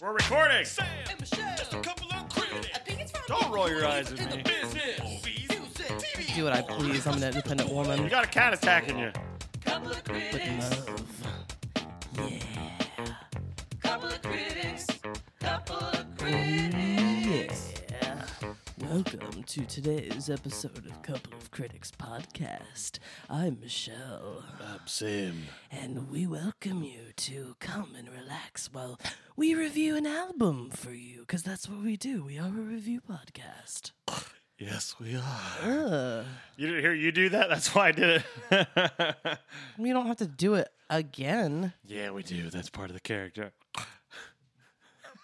We're recording. and Michelle. Just a couple of critics. I think it's from Don't roll your eyes at in the me. business. Movies, music, TV. do what I please. I'm an independent You woman. got a cat attacking you. Couple of Uh, critics. Couple of critics. Couple of critics. Welcome to today's episode of Couple of Critics Podcast. I'm Michelle, Sam. and we welcome you to come and relax while we review an album for you, because that's what we do. We are a review podcast. Yes, we are. Ugh. You didn't hear you do that? That's why I did it. We don't have to do it again. Yeah, we do. That's part of the character.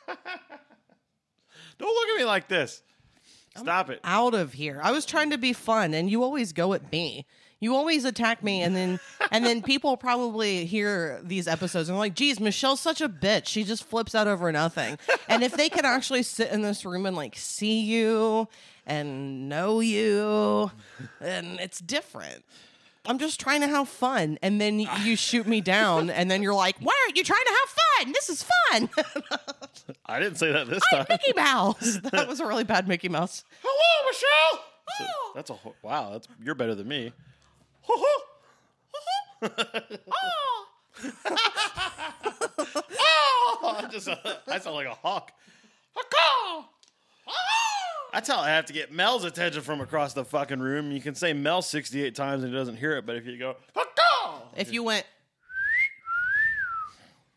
Don't look at me like this. Stop it. out of here. I was trying to be fun and you always go at me. You always attack me and then and then people probably hear these episodes and they're like, geez, Michelle's such a bitch. She just flips out over nothing. And if they can actually sit in this room and like see you and know you, then it's different. I'm just trying to have fun. And then you shoot me down and then you're like, Why are you trying to have fun? This is fun. I didn't say that this time. Mickey Mouse. That was a really bad Mickey Mouse. Hello, Michelle. So Oh. that's a ho- wow. That's you're better than me. Oh. Oh, I just I sound like a hawk. Hawk-aw. That's how I have to get Mel's attention from across the fucking room. You can say Mel 68 times and he doesn't hear it, but if you go, hawk-aw, If you went,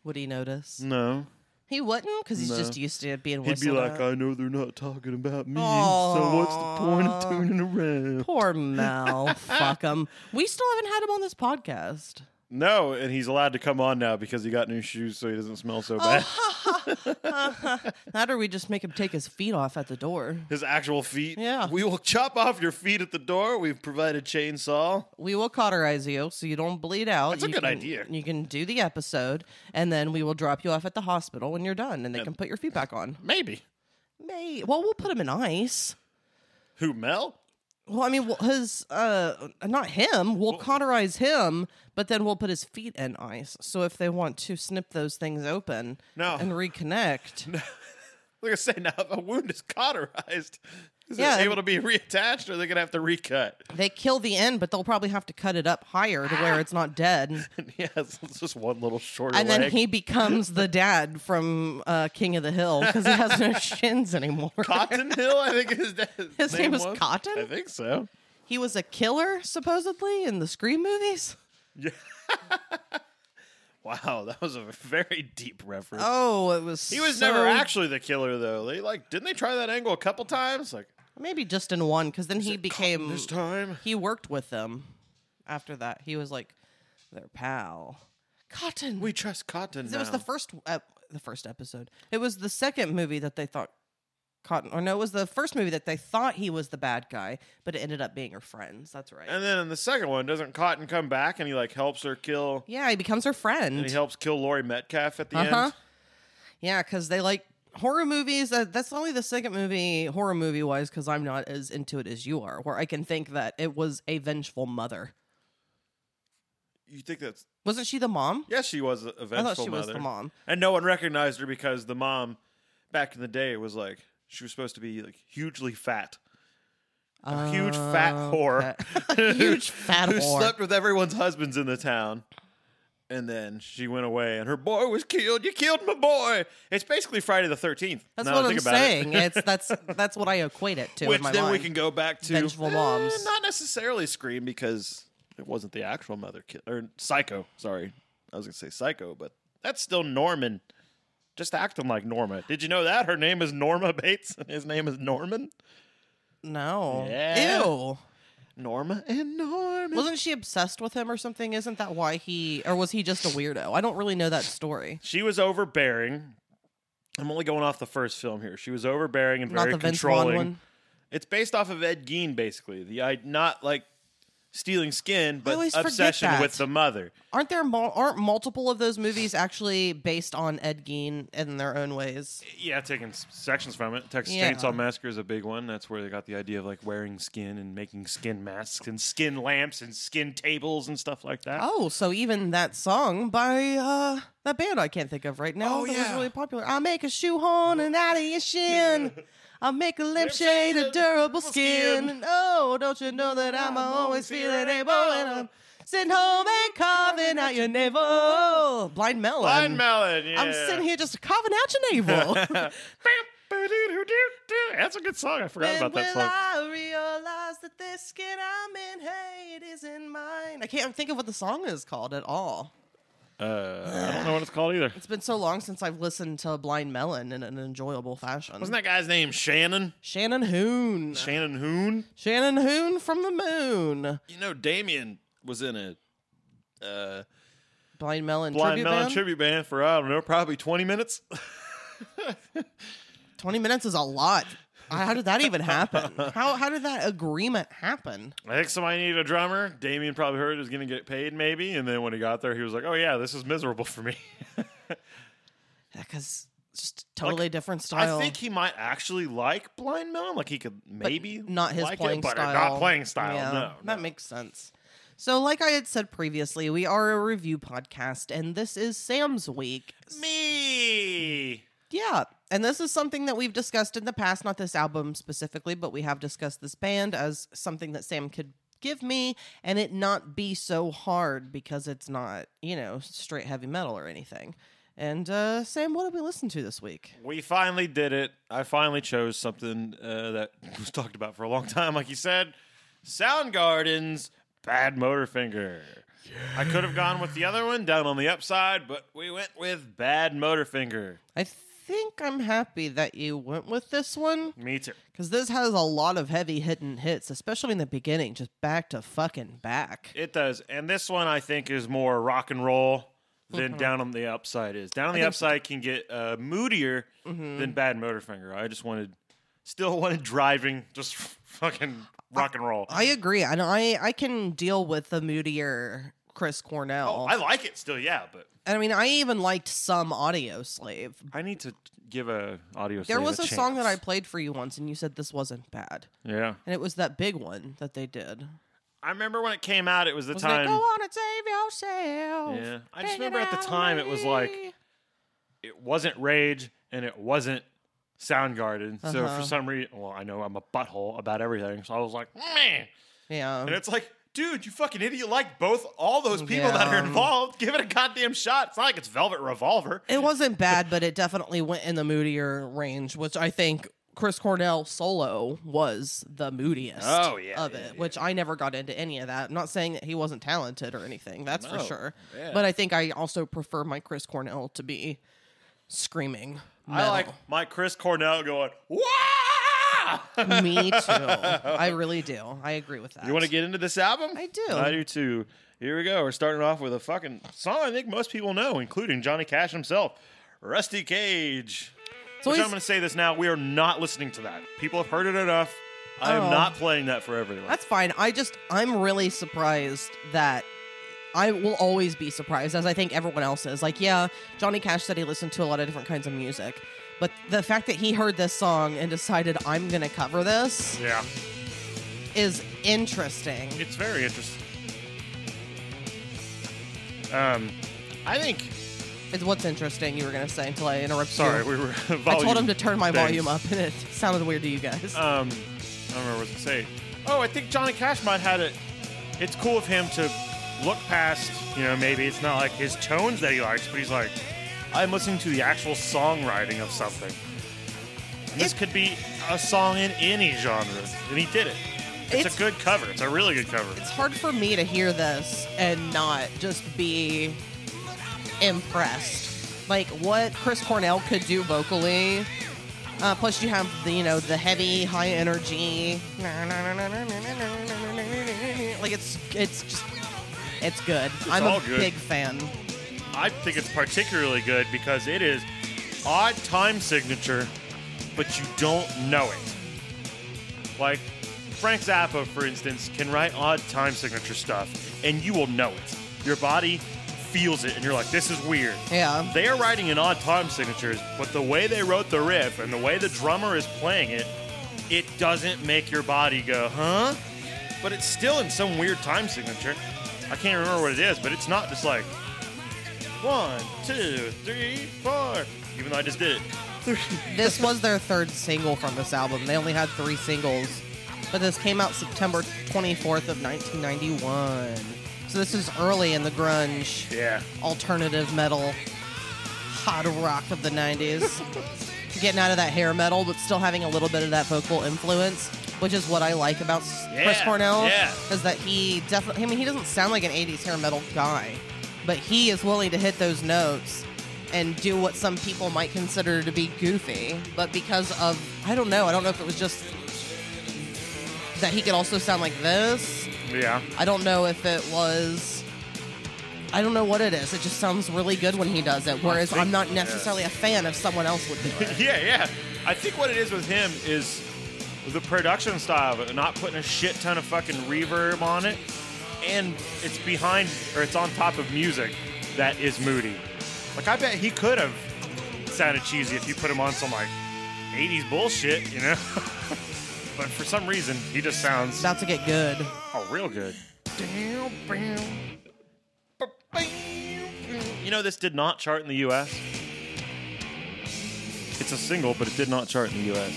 would he notice? no. He wouldn't because he's No. just used to being He'd be whistled like, uh, at. I know they're not talking about me, so what's the point Aw. of tuning around? Poor Mel. Fuck him. We still haven't had him on this podcast. No, and he's allowed to come on now because he got new shoes, so he doesn't smell Oh, so bad. That or we just make him take his feet off at the door. His actual feet. Yeah. We will chop off your feet at the door. We've provided chainsaw. We will cauterize you so you don't bleed out. That's a You good can- idea. You can do the episode, and then we will drop you off at the hospital when you're done, and they can put your feet back on. Maybe. May well, we'll put him in ice. Who, Mel? Well, I mean, well, his uh, not him. We'll cauterize him, but then we'll put his feet in ice. So if they want to snip those things open No. and reconnect, Like I say, now if a wound is cauterized, is Yeah, it able and- to be reattached or are they going to have to recut? they kill the end, but they'll probably have to cut it up higher to Ah. where it's not dead. yeah, it's it's just one little shorter And then leg. he becomes the dad from uh, King of the Hill because he has no shins anymore. Cotton Hill, I think his, da- His name is was. Cotton? I think so. He was a killer supposedly in the Scream movies. Wow, that was a very deep reference. Oh, it was. he was so- never actually the killer, though. They like didn't they try that angle a couple times? Like Maybe just in one because then he became this time. he worked with them after that. He was like their pal. Cotton. We trust Cotton. it was the now. first ep- the first episode. It was the second movie that they thought Cotton or no, it was the first movie that they thought he was the bad guy, but it ended up being her friends. That's right. And then in the second one, doesn't Cotton come back and he like helps her kill? yeah, he becomes her friend. And he helps kill Lori Metcalf at the Uh-huh. end. Yeah, because they like horror movies. Uh, that's only the second movie, horror movie wise, because I'm not as into it as you are, where I can think that it was a vengeful mother. You think that's Wasn't she the mom? yes? She was a a vengeful I thought she mother, was the mom. and no one recognized her because the mom back in the day was like she was supposed to be like hugely fat, a huge fat whore, Oh, Okay. Huge fat who whore. slept with everyone's husbands in the town. And then she went away, and her boy was killed. You killed my boy. It's basically Friday the Thirteenth. That's what I'm saying. it's that's that's what I equate it to Which in my then we mind. can go back to Vengeful moms. eh, not necessarily Scream because it wasn't the actual mother ki- or Psycho. Sorry, I was gonna say Psycho, but that's still Norman. Just acting like Norma. Did you know that her name is Norma Bates and his name is Norman? No. Yeah. Ew. Norma and Norman. Wasn't she obsessed with him or something? Isn't that why he or was he just a weirdo? I don't really know that story. she was overbearing. I'm only going off the first film here. She was overbearing and Not very the Vince Vaughn controlling. one. It's based off of Ed Gein, basically. The I not like stealing skin, but always forget obsession that. with the mother. Aren't there mul- aren't multiple of those movies actually based on Ed Gein in their own ways? Yeah, taking s- sections from it. Texas Yeah. Chainsaw Massacre is a big one. That's where they got the idea of like wearing skin and making skin masks and skin lamps and skin tables and stuff like that. Oh, so even that song by uh that band I can't think of right now Oh, that was yeah. really popular. I make a shoehorn and out of your shin. I make a lip shade of durable skin. And oh, don't you know that I'm always feeling able and I'm sitting home and carving out your navel. Blind melon. Blind Melon. Yeah. I'm sitting here just carving out your navel. That's a good song. I forgot When about that will song. I realize that this skin I'm in, hey, it isn't mine? I can't think of what the song is called at all. Uh, I don't know what it's called either. It's been so long since I've listened to Blind Melon in an enjoyable fashion. Wasn't that guy's name Shannon? Shannon Hoon? Shannon Hoon? Shannon Hoon from the Moon. You know, Damien was in a uh, Blind Melon Blind tribute Melon band. tribute band for, I don't know, probably 20 minutes. Twenty minutes is a lot. How did that even happen? How how did that agreement happen? I think somebody needed a drummer. Damien probably heard he was going to get paid, maybe. And then when he got there, he was like, oh, yeah, this is miserable for me. Because just totally different style. I think he might actually like Blind Melon. Like, he could maybe. not his like it, playing but style. Not playing style, Yeah, no. That no. makes sense. So, like I had said previously, we are a review podcast, and this is Sam's week. me. Yeah. And this is something that we've discussed in the past, not this album specifically, but we have discussed this band as something that Sam could give me and it not be so hard because it's not, you know, straight heavy metal or anything. And uh, Sam, what did we listen to this week? We finally did it. I finally chose something uh, that was talked about for a long time, like you said. Soundgarden's Bad Motorfinger. I could have gone with the other one down on the upside, but we went with Bad Motorfinger. I think I'm happy that you went with this one Me too. because this has a lot of heavy hitting hits, especially in the beginning, just back to fucking back. It does. And this one I think is more rock and roll than Mm-hmm. Down on the Upside is. Down on the Upside can get uh, moodier Mm-hmm. than Bad Motorfinger. I just wanted, still wanted driving, just fucking rock and roll. I agree. And I, I can deal with the moodier Chris Cornell. Oh, I like it still, yeah, but I mean, I even liked some Audio Slave. I need to give a audio. There slave was a, a song that I chance. played for you once, and you said this wasn't bad, yeah. and it was that big one that they did. I remember when it came out. It was the Wasn't it, time. Go on and save yourself. Yeah. I just Take it remember at the out of time it was like- me. It wasn't Rage and it wasn't Soundgarden. So Uh-huh. for some reason, well, I know I'm a butthole about everything. So I was like, man, and yeah. it's like. Dude, you fucking idiot! You Like both all those people that are Yeah. involved. Give it a goddamn shot. It's not like it's Velvet Revolver. It wasn't bad, but it definitely went in the moodier range, which I think Chris Cornell solo was the moodiest Oh, yeah, of yeah, it, yeah. which I never got into any of that. I'm not saying that he wasn't talented or anything, that's for No. sure. Yeah. But I think I also prefer my Chris Cornell to be screaming. I metal. like my Chris Cornell going. Wah! Me too. I really do. I agree with that. You want to get into this album? I do. I do too. Here we go. We're starting off with a fucking song I think most people know, including Johnny Cash himself, Rusty Cage. It's So Which always- I'm going to say this now. We are not listening to that. People have heard it enough. I am Oh. not playing that for everyone. That's fine. I just I'm really surprised that I will always be surprised, as I think everyone else is. Like, yeah, Johnny Cash said he listened to a lot of different kinds of music, but the fact that he heard this song and decided I'm gonna cover this yeah. is interesting. It's very interesting. Um, I think. It's what's interesting. You were gonna say until I interrupted. Sorry, you. we were. I told him to turn my things. volume up, and it sounded weird to you guys. um, I don't remember what to say. Oh, I think Johnny Cash might had it. It's cool of him to look past, you know, maybe it's not like his tones that he likes, but he's like, I'm listening to the actual songwriting of something. And this It- could be a song in any genre, and he did it. It's, It's- a good cover. It's a really good cover. it's hard for me to hear this and not just be impressed. Like what Chris Cornell could do vocally. Uh, plus, you have the you know the heavy, high energy. Like it's it's just it's good. I'm all a good. big fan. I think it's particularly good because it is odd time signature, but you don't know it. Like Frank Zappa, for instance, can write odd time signature stuff, and you will know it. Your body feels it, and you're like, this is weird. Yeah. They are writing in odd time signatures, but the way they wrote the riff and the way the drummer is playing it, it doesn't make your body go, huh? But it's still in some weird time signature. I can't remember what it is, but it's not just like one, two, three, four. Even though I just did it. This was their third single from this album. They only had three singles, but this came out September 24th of 1991. So this is early in the grunge, Yeah. alternative metal, hard rock of the 90s. Getting out of that hair metal, but still having a little bit of that vocal influence, which is what I like about S- Yeah, Chris Cornell. yeah. Is that he definitely, I mean, he doesn't sound like an 80s hair metal guy, but he is willing to hit those notes and do what some people might consider to be goofy. But because of, I don't know, I don't know if it was just that he could also sound like this. Yeah. I don't know if it was. I don't know what it is. It just sounds really good when he does it. Whereas I'm not necessarily a fan of someone else would do it. Yeah, yeah. I think what it is with him is the production style of it, not putting a shit ton of fucking reverb on it, and it's behind or it's on top of music that is moody. Like I bet he could have sounded cheesy if you put him on some like '80s bullshit, you know. but for some reason, he just sounds About to get good. oh real good. You know, this did not chart in the U.S. It's a single, but it did not chart in the U.S.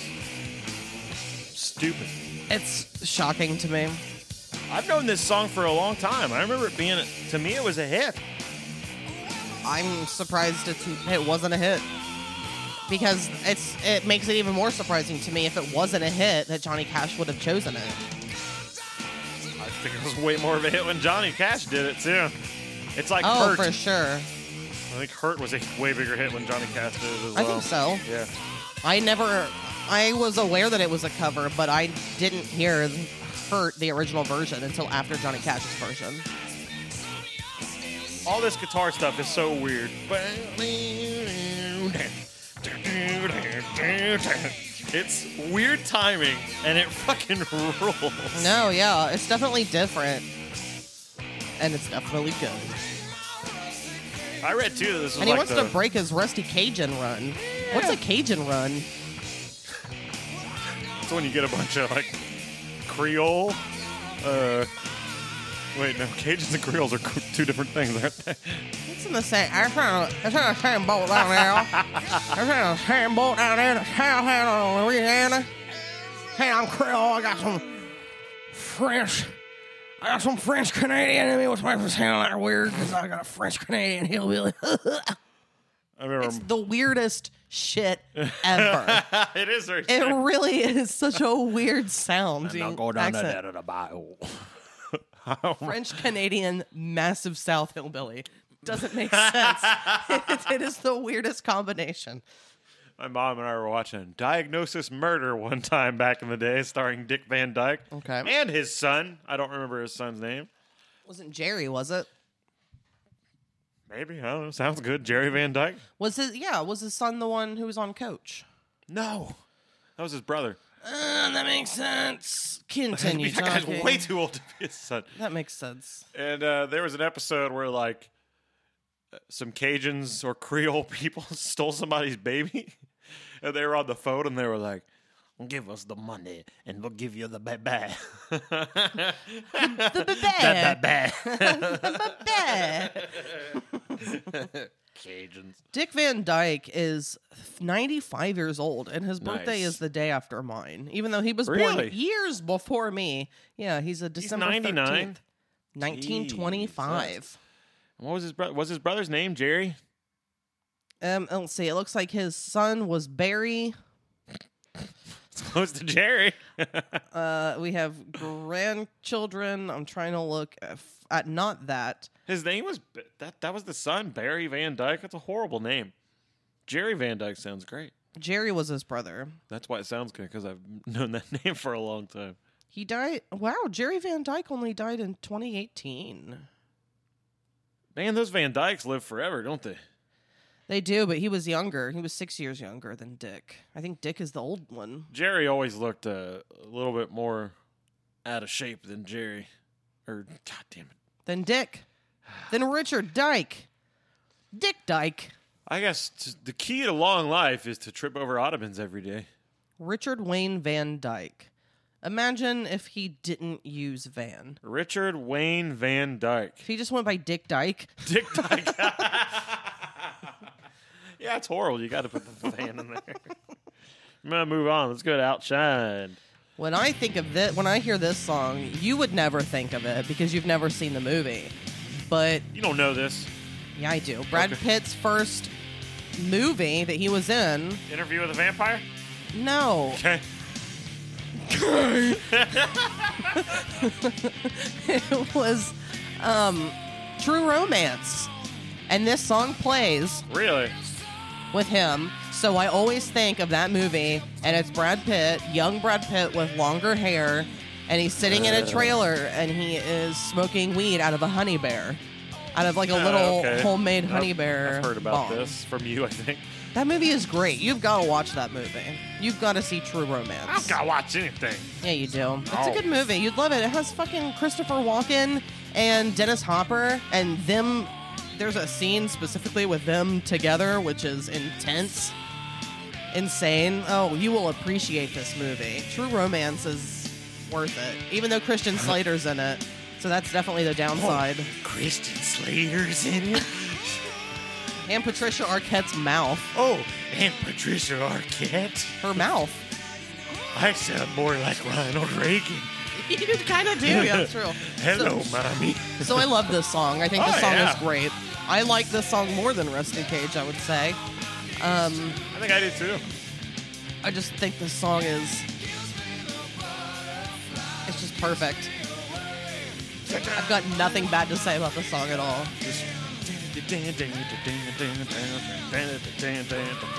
Stupid. It's shocking to me. I've known this song for a long time. I remember it being, to me, it was a hit. I'm surprised it's, it wasn't a hit because it's it makes it even more surprising to me if it wasn't a hit that Johnny Cash would have chosen it. I think it was way more of a hit when Johnny Cash did it, too. It's like Oh, Hurt. for sure. I think Hurt was a way bigger hit when Johnny Cash did it as I well. think so. Yeah. I never. I was aware that it was a cover, but I didn't hear "Hurt" the original version until after Johnny Cash's version. All this guitar stuff is so weird. It's weird timing, and it fucking rules. No, yeah, it's definitely different, and it's definitely good. I read too that this was And he like wants the, to break his rusty Cajun run. What's a Cajun run? it's when you get a bunch of like Creole. Uh, wait, no, Cajuns and Creoles are cr- two different things, aren't they? It's in the same. I found I found a same boat down there. I found a same boat down there. The town had on Louisiana. Hey, I'm Creole. I got some French. I got some French Canadian in me, which makes me sound like weird because I got a French Canadian hillbilly. I remember. it's the weirdest shit ever. it is very. it really is such a weird sound. accent. of the bio. French Canadian massive South hillbilly. Doesn't make sense. it is the weirdest combination. My mom and I were watching Diagnosis Murder one time back in the day, starring Dick Van Dyke. Okay. And his son. I don't remember his son's name. Wasn't Jerry, was it? Maybe. I don't know. Sounds good. Jerry Van Dyke? Was his yeah, was his son the one who was on coach? No. That was his brother. Uh, that makes sense. I Continue. mean, that guy's talking. way too old to be his son. that makes sense. And uh, there was an episode where, like, uh, some Cajuns or Creole people stole somebody's baby. And they were on the phone and they were like, give us the money and we'll give you the baby. The babe. The babe. Cajuns. Dick Van Dyke is 95 years old, and his birthday Nice. is the day after mine, even though he was born Really? years before me. Yeah, he's a December 99? 13th, 1925. What was his brother? Was his brother's name Jerry? Um, let's see. It looks like his son was Barry. It's close to Jerry. Uh, we have grandchildren. I'm trying to look at, at not that. His name was B- that. That was the son, Barry Van Dyke. That's a horrible name. Jerry Van Dyke sounds great. Jerry was his brother. That's why it sounds good because I've known that name for a long time. He died. Wow, Jerry Van Dyke only died in 2018. Man, those Van Dykes live forever, don't they? They do, but he was younger. He was six years younger than Dick. I think Dick is the old one. Jerry always looked uh, a little bit more out of shape than Jerry. Or God damn it. Then Dick. Then Richard Dyke. Dick Dyke. I guess t- the key to long life is to trip over ottomans every day. Richard Wayne Van Dyke. Imagine if he didn't use Van. Richard Wayne Van Dyke. If he just went by Dick Dyke. Dick Dyke. yeah, it's horrible. You got to put the fan in there. I'm gonna move on. Let's go to Outshine. When I think of this, when I hear this song, you would never think of it because you've never seen the movie. But You don't know this. yeah, I do. Brad Pitt's first movie that he was in. Interview with a vampire. No, Okay. it was um, True Romance, and this song plays Really? with him. So I always think of that movie, and it's Brad Pitt, young Brad Pitt with longer hair, and he's sitting Uh. in a trailer and he is smoking weed out of a honey bear, out of like a little Ah, okay. homemade honey I've- bear. I've heard about bong. this from you, I think. That movie is great. You've got to watch that movie. You've got to see True Romance. I don't gotta watch anything. Yeah, you do. It's Oh. a good movie. You'd love it. It has fucking Christopher Walken and Dennis Hopper and them. There's a scene specifically with them together, which is intense, insane. Oh, you will appreciate this movie. True Romance is worth it, even though Christian Uh-huh. Slater's in it. So that's definitely the downside. Oh, Christian Slater's in it. And Patricia Arquette's mouth. Oh, and Patricia Arquette. Her mouth. I sound more like Ronald Reagan. you kind of do. Yeah, that's true. Hello, mommy. So I love this song. I think this Oh, song yeah. is great. I like this song more than Rusty Cage, I would say. Um, I think I did too. I just think this song is. It's just perfect. I've got nothing bad to say about this song at all.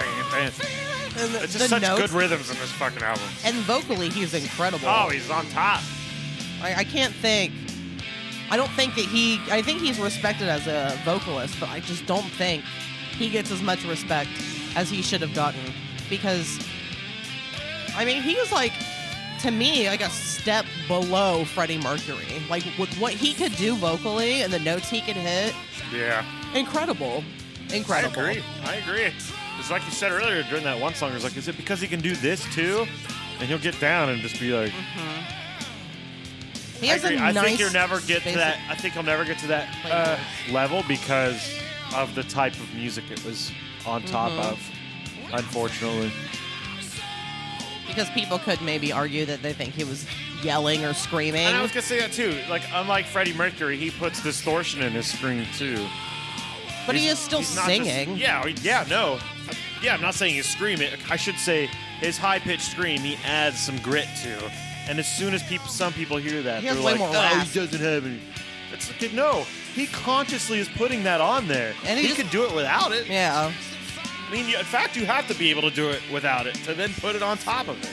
And the, It's the just such notes, good rhythms in this fucking album. and vocally, he's incredible. Oh, he's on top. I, I can't think. I don't think that he. I think he's respected as a vocalist, but I just don't think he gets as much respect as he should have gotten because. I mean, he was like, to me, like a step below Freddie Mercury. Like with what he could do vocally and the notes he could hit, Yeah. incredible, I incredible. agree. I agree. It's like you said earlier during that one song. It's like, is it because he can do this too? And he'll get down and just be like, He I, has agree. a I nice think you'll never get to basic- that. I think he'll never get to that uh, level because of the type of music it was on top Mm-hmm. of. Unfortunately, because people could maybe argue that they think he was yelling or screaming. and I was gonna say that too. Like, unlike Freddie Mercury, he puts distortion in his scream too. but he He's- is still he's not just- singing. yeah, yeah, no. Yeah, I'm not saying he's screaming. I should say his high pitched scream he adds some grit to. And as soon as people, some people hear that, He they're has way like, more "Oh, rasp." he doesn't have any." It's like, no, he consciously is putting that on there. And he he just- could do it without it. yeah. I mean, you- in fact, you have to be able to do it without it to then put it on top of it.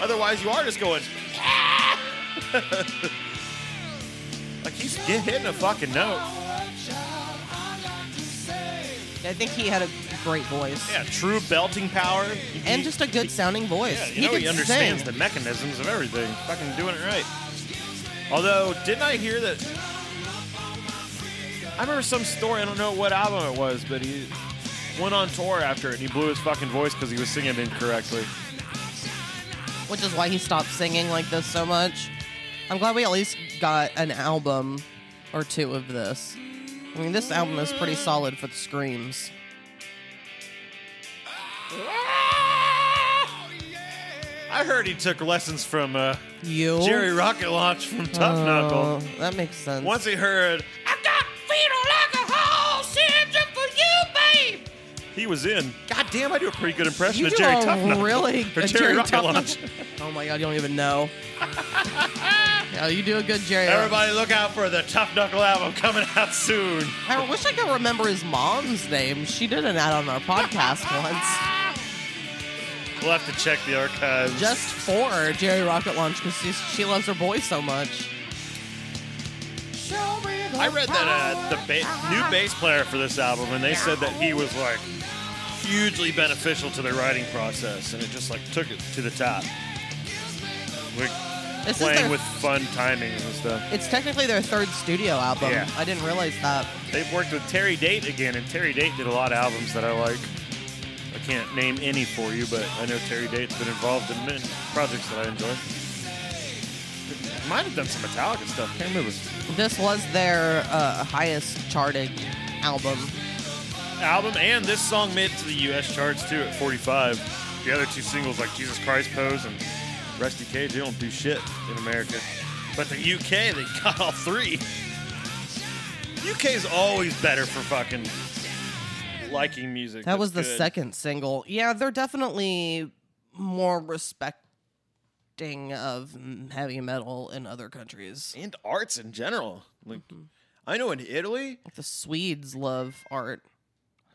Otherwise, you are just going. "Ah!" like he's get- hitting a fucking note. I think he had a great voice Yeah, true belting power. and just a good sounding voice. Yeah, you he know could he understands sing. the mechanisms of everything. Fucking doing it right. Although, didn't I hear that? I remember some story. I don't know what album it was, but he went on tour after it and he blew his fucking voice because he was singing incorrectly. which is why he stopped singing like this so much. I'm glad we at least got an album or two of this. I mean, this album is pretty solid for the screams. I heard he took lessons from uh, You, Jerry Rocket Launch from Tough Oh, Knuckle. that makes sense. Once he heard, I got fetal alcohol syndrome for you, babe. he was in. God damn, I do a pretty good impression you of do Jerry a Tough Knuckle. really or a Jerry, Rocket Tough- Launch. Oh my god, you don't even know. yeah, you do a good Jerry. Everybody look out for the Tough Knuckle album coming out soon. I wish I could remember his mom's name. She did an ad on our podcast once. We'll have to check the archives. just for Jerry Rocket Launch because she loves her boy so much. I read that uh, the ba- new bass player for this album, and they said that he was like hugely beneficial to the writing process, and it just like took it to the top. Like, This is playing their- with fun timings and stuff. It's technically their third studio album. Yeah. I didn't realize that. They've worked with Terry Date again, and Terry Date did a lot of albums that I like. I can't name any for you, but I know Terry Date's been involved in many projects that I enjoy. Might have done some Metallica stuff. Can't remember. This was their uh, highest charting album. Album and this song made it to the U.S. charts too at 45. The other two singles like Jesus Christ Pose and Rusty Cage, they don't do shit in America. But the U.K. they got all three. U.K.'s always better for fucking liking music. That was the that's good. second single. Yeah, they're definitely more respecting of mm, heavy metal in other countries. and arts in general. Like, Mm-hmm. I know in Italy, Like the Swedes love art.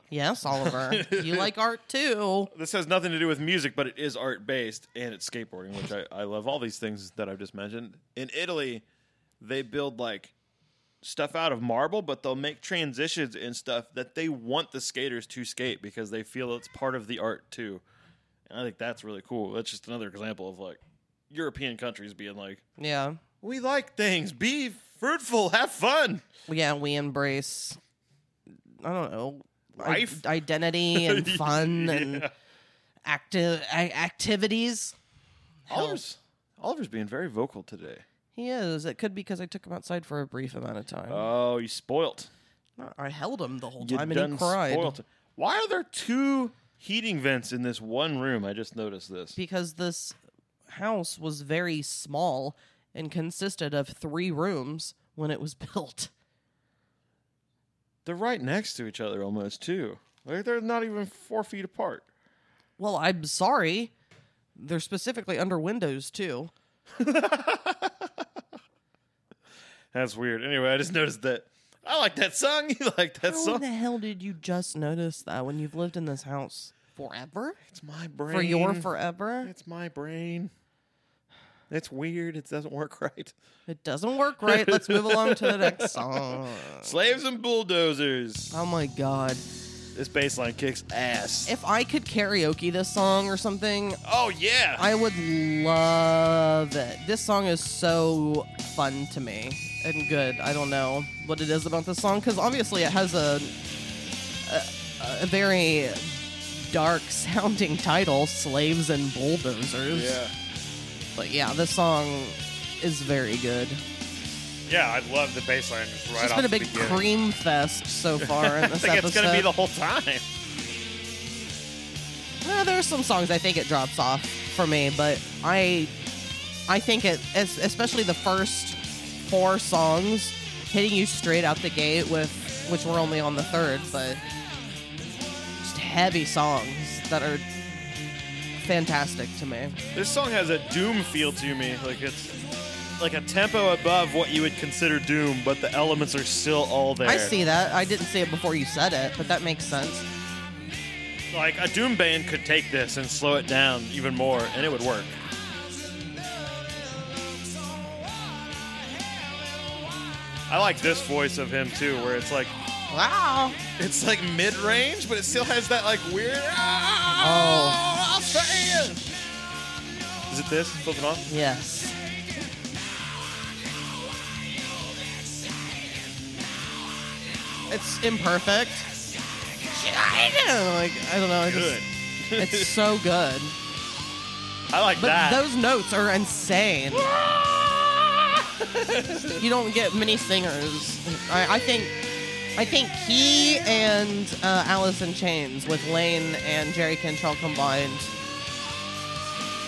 Yes, Oliver, you like art too. this has nothing to do with music, but it is art based, and it's skateboarding, which I, I love. All these things that I've just mentioned in Italy, they build like stuff out of marble, but they'll make transitions and stuff that they want the skaters to skate because they feel it's part of the art too. And I think that's really cool. That's just another example of like European countries being like, Yeah, we like things, be fruitful, have fun. yeah, we embrace. I don't know. i- Life? identity, and fun, Yeah. and active a- activities. Hell. Oliver's Oliver's being very vocal today. He is. It could be because I took him outside for a brief amount of time. Oh, you spoilt. No, I held him the whole You time and done he cried. spoilt it. Why are there two heating vents in this one room? I just noticed this. Because this house was very small and consisted of three rooms when it was built. They're right next to each other almost too. Like they're not even four feet apart. Well, I'm sorry. They're specifically under windows too. That's weird. Anyway, I just noticed that. I like that song. You like that How in song? the hell did you just notice that when you've lived in this house forever? It's my brain. For your forever? It's my brain. It's weird. It doesn't work right. It doesn't work right. Let's move along to the next song. Slaves and bulldozers. Oh my god. This bass line kicks ass. If I could karaoke this song or something, oh yeah. I would love it. This song is so fun to me and good. I don't know what it is about this song because obviously it has a, a a very dark sounding title, "Slaves and Bulldozers." yeah. But yeah, this song is very good. Yeah, I love the bass line just right it's off been a the big beginning. cream fest so far in I this think episode. it's gonna be the whole time. Well, there's some songs I think it drops off for me, but I I think it es- especially the first four songs hitting you straight out the gate with which we're only on the third, but just heavy songs that are fantastic to me. This song has a doom feel to me. Like it's like a tempo above what you would consider doom, but the elements are still all there. I see that. I didn't see it before you said it, but that makes sense. Like a doom band could take this and slow it down even more, and it would work. I like this voice of him too, where it's like Wow. it's like mid range, but it still has that like weird. "Ah, Oh, Is it this? Flip it on. yes. It's imperfect. I know, like I don't know. I just- Good. It's so good. I like But that. those notes are insane. you don't get many singers. I, I think I think he and uh, Alice in Chains with Lane and Jerry Cantrell combined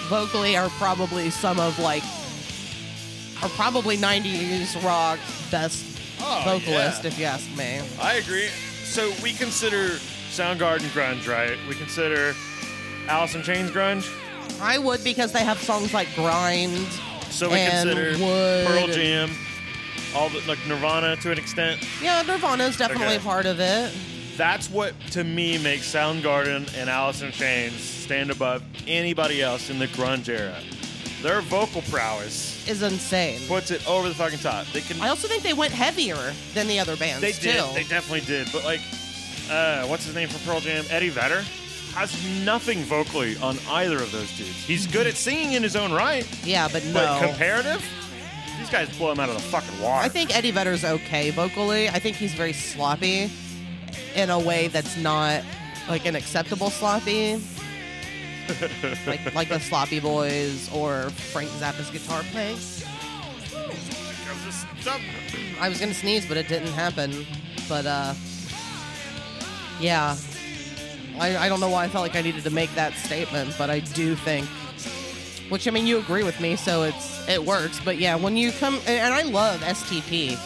vocally are probably some of like are probably 90s rock best Oh, vocalist yeah. if you ask me. I agree. So we consider Soundgarden grunge, right? We consider Alice in Chains grunge. I would because they have songs like Grind. So we And consider would- Pearl Jam, all the, like Nirvana to an extent. Yeah, Nirvana's definitely Okay. part of it. That's what to me makes Soundgarden and Alice in Chains stand above anybody else in the grunge era. Their vocal prowess Is insane. puts it over the fucking top. They can I also think they went heavier than the other bands They too. did. They definitely did. But like, uh, what's his name from Pearl Jam? Eddie Vedder. has nothing vocally on either of those dudes. He's good at singing in his own right, Yeah, but no. but comparative, these guys blow him out of the fucking water. I think Eddie Vedder's okay vocally. I think he's very sloppy in a way that's not like an acceptable sloppy. like like the Sloppy Boys or Frank Zappa's guitar playing. I was gonna sneeze, but it didn't happen. But uh, yeah, I, I don't know why I felt like I needed to make that statement, but I do think, which I mean, you agree with me, so it's it works. But yeah, when you come, and, and I love STP,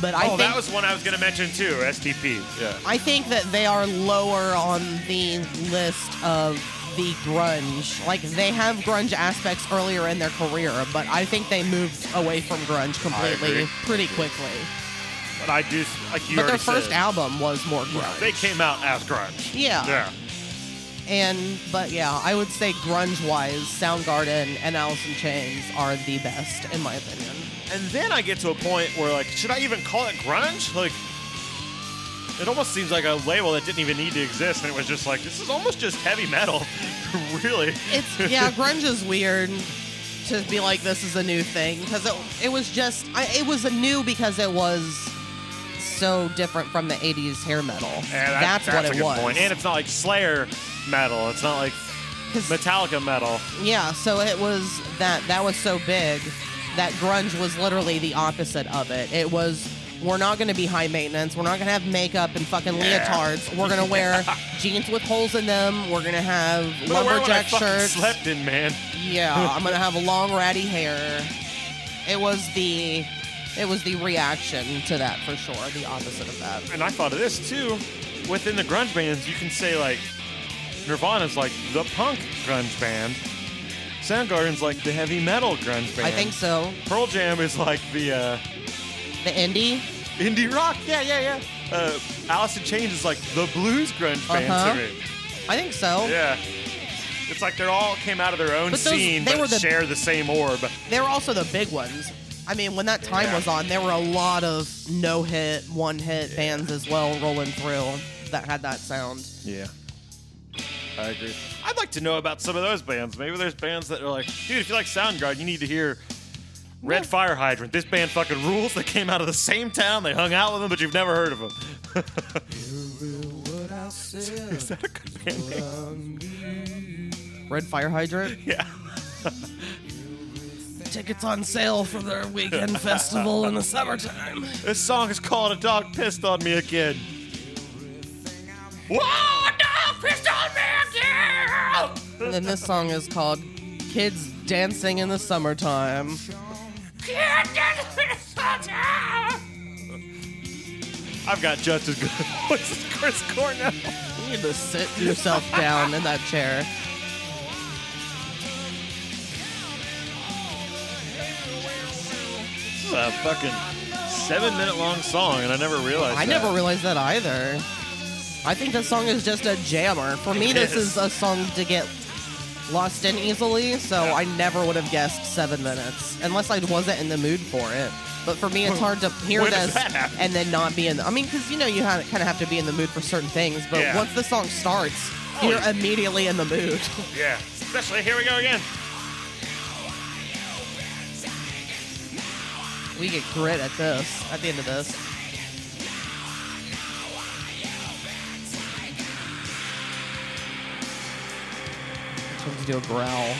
but I oh, think that was one I was gonna mention too. STP. Yeah. I think that they are lower on the list of the grunge. Like they have grunge aspects earlier in their career, but I think they moved away from grunge completely agree. pretty quickly. But I do like you But their already first said, album was more grunge. They came out as grunge. Yeah. Yeah. And but yeah, I would say grunge wise, Soundgarden and Alice in Chains are the best in my opinion. And then I get to a point where, like, should I even call it grunge? Like, it almost seems like a label that didn't even need to exist, and it was just like, this is almost just heavy metal, really. It's yeah, grunge is weird to be like this is a new thing because it it was just I, it was new because it was so different from the 80s hair metal. And that- that's, that's what a it good was. Point. And it's not like Slayer metal. It's not like 'Cause- Metallica metal. Yeah, so it was that that was so big that grunge was literally the opposite of it. It was we're not going to be high maintenance. We're not going to have makeup and fucking leotards. We're going to wear jeans with holes in them. We're going to have But where would I lumberjack fucking shirts. slept in, man. Yeah, I'm going to have a long ratty hair. It was the it was the reaction to that for sure, the opposite of that. And I thought of this too. Within the grunge bands, you can say like Nirvana's like the punk grunge band. Soundgarden's like the heavy metal grunge band. I think so. Pearl Jam is like the uh, The indie indie rock. Yeah, yeah, yeah. Uh, Alice in Chains is like the blues grunge band Uh-huh. to me. I think so. Yeah. It's like they all came out of their own But those- scene, they but were the- share the same orb. they were also the big ones. I mean, when that time Yeah. was on, there were a lot of no hit, one hit bands as well rolling through that had that sound. Yeah. I agree. I'd like to know about some of those bands. Maybe there's bands that are like, dude, if you like Soundgarden, you need to hear Red Fire Hydrant. This band fucking rules. They came out of the same town. They hung out with them, but you've never heard of them. is that a good band name? Red Fire Hydrant. Yeah. Tickets on sale for their weekend festival in the summertime. This song is called A Dog Pissed on Me Again. Whoa, dog pissed on me again! And then this song is called Kids Dancing in the Summertime. Can't get it such a- I've got just as good a voice as Chris Cornell. You need to sit yourself down in that chair. This is a fucking seven minute long song, and I never realized I that. never realized that either. I think this song is just a jammer. For me, this is. is a song to get lost in easily, so I never would have guessed seven minutes unless I wasn't in the mood for it. But for me, it's hard to hear When does this that happen? and then not be in. The, I mean, because you know you kind of have to be in the mood for certain things. But Yeah. once the song starts, you're yeah. immediately in the mood. Yeah. Especially here we go again. we get grit at this at the end of this. Turns to a growl.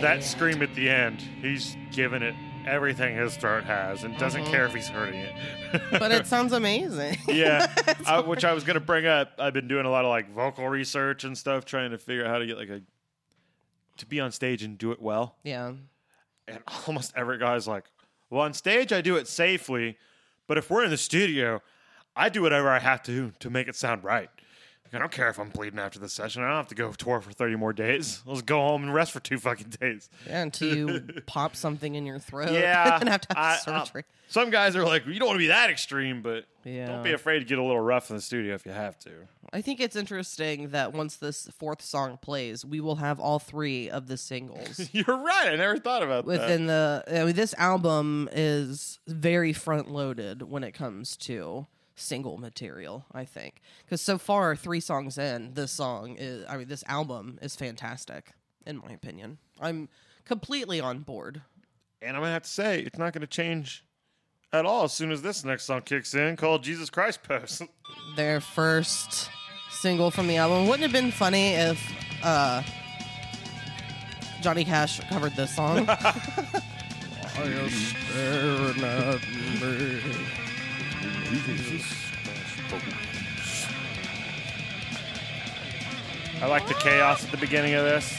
That scream at the end, he's given it everything his throat has and doesn't care if he's hurting it. But it sounds amazing. yeah, I, which I was going to bring up. I've been doing a lot of like vocal research and stuff, trying to figure out how to get like a to be on stage and do it well. yeah. And almost every guy's like, "Well, on stage I do it safely, but if we're in the studio, I do whatever I have to to make it sound right." I don't care if I'm bleeding after the session. I don't have to go tour for 30 more days. Let's go home and rest for two fucking days. Yeah, until you pop something in your throat Yeah. and have to have I- uh, I- um, surgery. some guys are like, you don't want to be that extreme, but Yeah. don't be afraid to get a little rough in the studio if you have to. I think it's interesting that once this fourth song plays, we will have all three of the singles. You're right. I never thought about that. Within the I mean, this album is very front loaded when it comes to single material, I think. Because so far, three songs in, this song is I mean, this album is fantastic, in my opinion. I'm completely on board. And I'm gonna have to say, it's not gonna change at all as soon as this next song kicks in, called Jesus Christ Post. their first single from the album. Wouldn't it have been funny if uh, Johnny Cash covered this song? I like the chaos at the beginning of this.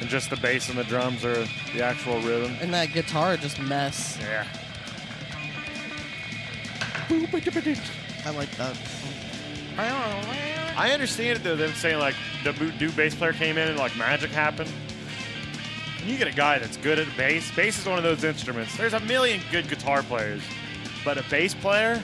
And just the bass and the drums are the actual rhythm. and that guitar just mess. Yeah. I like that. I understand it though, them saying like the boot do bass player came in and like magic happened. You get a guy that's good at bass. Bass is one of those instruments. There's a million good guitar players, but a bass player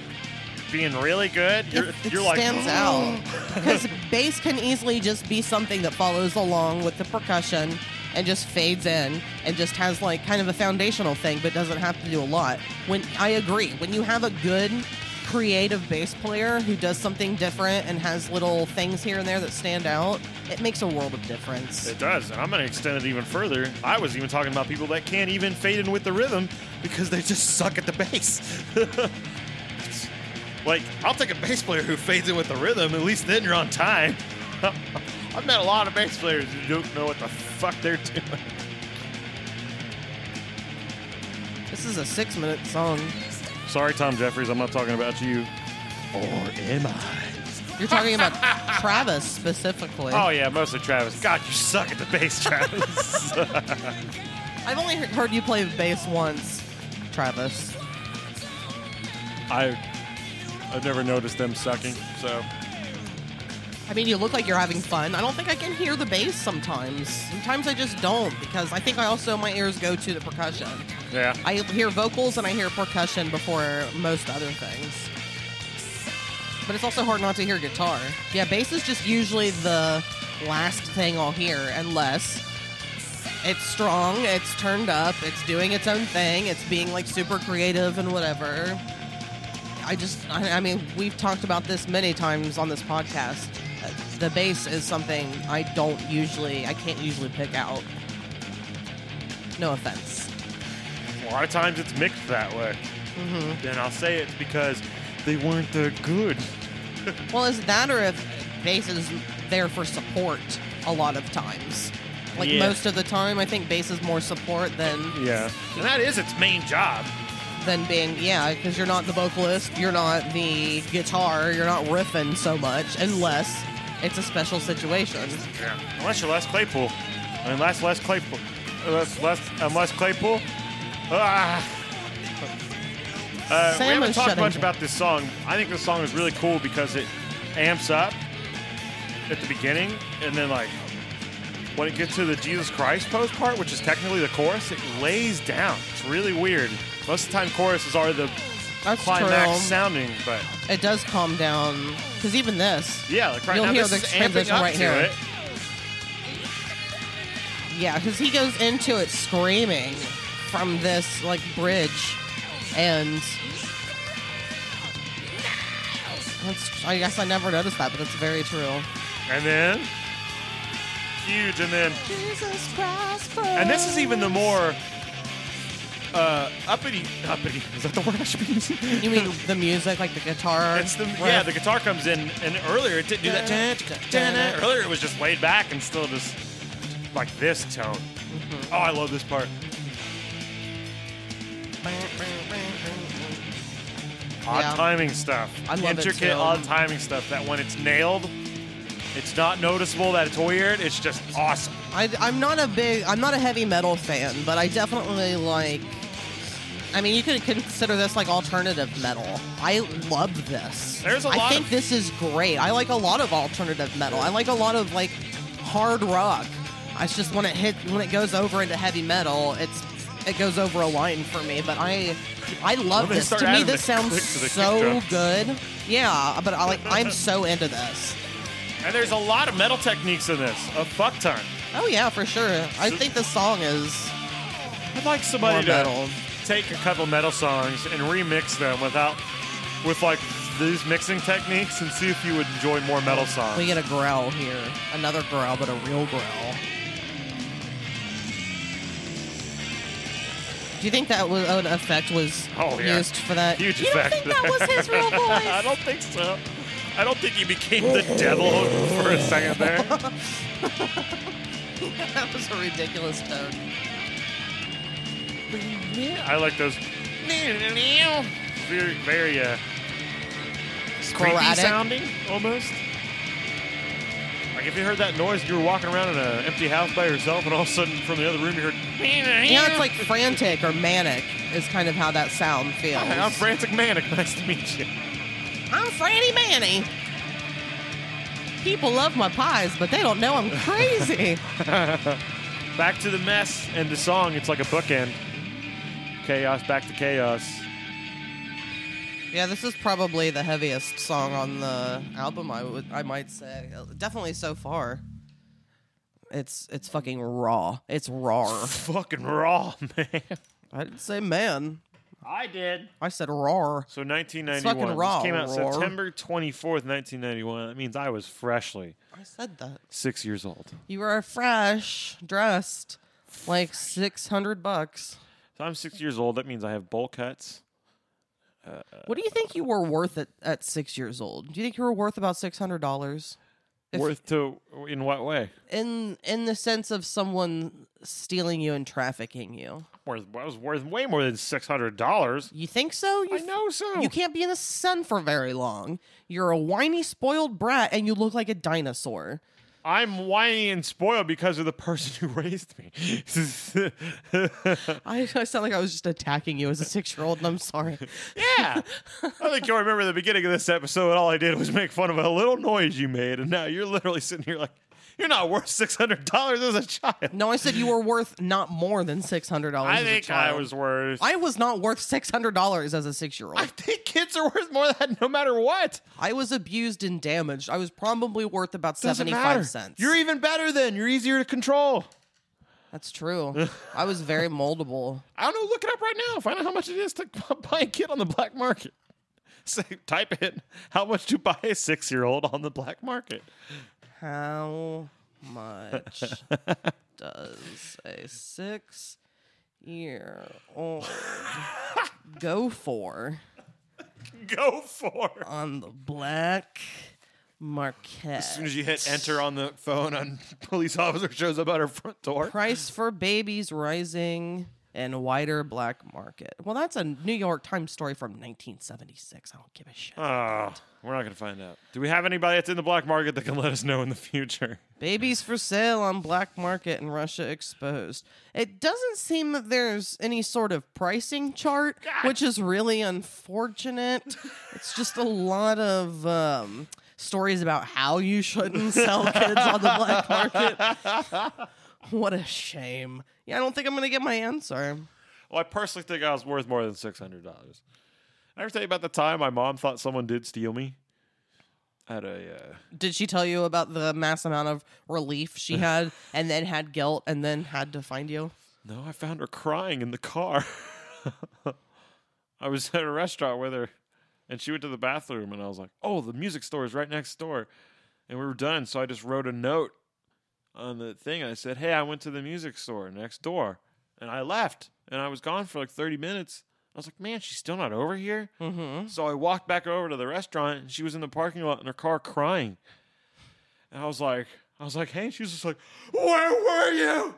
being really good, you're, it you're like stands out because bass can easily just be something that follows along with the percussion and just fades in and just has like kind of a foundational thing but doesn't have to do a lot when i agree when you have a good creative bass player who does something different and has little things here and there that stand out it makes a world of difference It does, and I'm going to extend it even further. I was even talking about people that can't even fade in with the rhythm because they just suck at the bass. like, I'll take a bass player who fades in with the rhythm. At least then you're on time. I've met a lot of bass players who don't know what the fuck they're doing. this is a six minute song Sorry, Tom Jeffries, I'm not talking about you. Or am I? you're talking about travis specifically Oh yeah, mostly Travis. God, you suck at the bass, Travis. i've only he- heard you play bass once travis I, I've never noticed them sucking. So I mean, you look like you're having fun. I don't think I can hear the bass sometimes. Sometimes I just don't because I think I also my ears go to the percussion. yeah. I hear vocals and I hear percussion before most other things. But it's also hard not to hear guitar. Yeah, bass is just usually the last thing I'll hear unless it's strong, it's turned up, it's doing its own thing, it's being like super creative and whatever. I just, I, I mean, we've talked about this many times on this podcast. Uh, The bass is something I don't usually, I can't usually pick out. No offense. A lot of times it's mixed that way. Then I'll say it's because they weren't that good. Well, is that or if bass is there for support a lot of times? Like Yeah. most of the time, I think bass is more support than Yeah. And that is its main job. than being yeah, because you're not the vocalist, you're not the guitar, you're not riffing so much unless it's a special situation. Yeah. Unless you're Les Claypool. Unless Les Claypool. Unless, Les, unless Claypool. Ah. Uh, we Sam haven't is talked shutting much down. about this song. I think this song is really cool because it amps up at the beginning and then like when it gets to the Jesus Christ post part, which is technically the chorus, it lays down. It's really weird. Most of the time choruses are the That's climax true. sounding, but It does calm down because even this, yeah, like right You'll now hear this the is amping transition up right to here. it. yeah, because he goes into it screaming from this like bridge, and that's, I guess I never noticed that, but it's very true. And then huge and then Jesus Christ, and this is even the more uh uppity uppity is that the word I should be using? You mean the music, like the guitar? It's the riff? yeah, the guitar comes in and earlier it didn't do that. Earlier it was just laid back and still just like this tone. Mm-hmm. Oh, I love this part. Odd Yeah. timing stuff. I love it Intricate too. odd timing stuff that when it's nailed, it's not noticeable that it's weird. It's just awesome. I, I'm not a big, I'm not a heavy metal fan, but I definitely like I mean, you could consider this like alternative metal. I love this. There's a I lot think of- this is great. I like a lot of alternative metal. I like a lot of like hard rock. It's just when it hit when it goes over into heavy metal, it's it goes over a line for me. But I I love When they this. start To me, adding this the sounds clicks to the kick drum. so good. Yeah, but I like I'm so into this. And there's a lot of metal techniques in this, a fuck ton. Oh yeah, for sure. I think this song is I'd like somebody More to metal. take a couple metal songs and remix them without, with like these mixing techniques, and see if you would enjoy more metal songs. we get a growl here. Another growl, but a real growl. Do you think that was an effect was Oh, yeah. used for that? Huge you effect. don't think that was his real I voice? don't think so. I don't think he became the devil for a second there. that was a ridiculous tone. I like those very, very uh, creepy Sporadic. sounding almost. Like if you heard that noise, you were walking around in an empty house by yourself, and all of a sudden from the other room you heard, Yeah, it's like frantic or manic is kind of how that sound feels. "Hey, I'm Frantic Manic. Nice to meet you." I'm Franny Manny. People love my pies, but they don't know I'm crazy. Back to the mess and the song. It's like a bookend. Chaos back to chaos. Yeah, this is probably the heaviest song on the album. I would, I might say, definitely so far. It's it's fucking raw. It's raw. Fucking raw, man. I didn't say man. I did. I said raw. So 1991. fucking raw, this came out Roar. September 24th, 1991. That means I was freshly I said that. six years old. You are fresh, dressed, like six hundred bucks. So I'm six years old. That means I have bowl cuts. What do you think you were worth at, at six years old? Do you think you were worth about six hundred dollars? If- Worth to in what way? In in the sense of someone stealing you and trafficking you. Worth, I was worth way more than six hundred dollars. You think so? You I know so. You can't be in the sun for very long. You're a whiny, spoiled brat, and you look like a dinosaur. I'm whiny and spoiled because of the person who raised me. I, I sound like I was just attacking you as a six year old, and I'm sorry. yeah, I think you'll remember the beginning of this episode. All I did was make fun of a little noise you made, and now you're literally sitting here like you're not worth six hundred dollars as a child. No, I said you were worth not more than six hundred dollars. I think I was worth. I, I was not worth six hundred dollars as a six year old. think kids are worth more than that, no matter what. I was abused and damaged. I was probably worth about Doesn't seventy matter. five cents. You're e- even better then. You're easier to control. That's true. I was very moldable. I don't know. Look it up right now. Find out how much it is to buy a kid on the black market. Say, type in how much to buy a six-year-old on the black market. How much does a six year old go for Go for. it. on the black As soon market? as you hit enter on the phone, a police officer shows up at her front door. Price for babies rising and wider black market. Well, that's a New York Times story from 1976. I don't give a shit. Oh, we're not gonna find out. Do we have anybody that's in the black market that can let us know in the future? Babies for sale on black market in Russia exposed. It doesn't seem that there's any sort of pricing chart, which is really unfortunate. it's just a lot of um, stories about how you shouldn't sell kids on the black market. what a shame. Yeah, I don't think I'm going to get my answer. Well, I personally think I was worth more than six hundred dollars. I ever tell you about the time my mom thought someone did steal me? At a uh, Did she tell you about the mass amount of relief she had and then had guilt and then had to find you? No, I found her crying in the car. I was at a restaurant with her, and she went to the bathroom, and I was like, "Oh, the music store is right next door," and we were done. So I just wrote a note on the thing, and I said, "Hey, I went to the music store next door," and I left, and I was gone for like thirty minutes. I was like, "Man, she's still not over here." Mm-hmm. So I walked back over to the restaurant, and she was in the parking lot in her car crying, and I was like, "I was like, hey," she was just like, "Where were you?"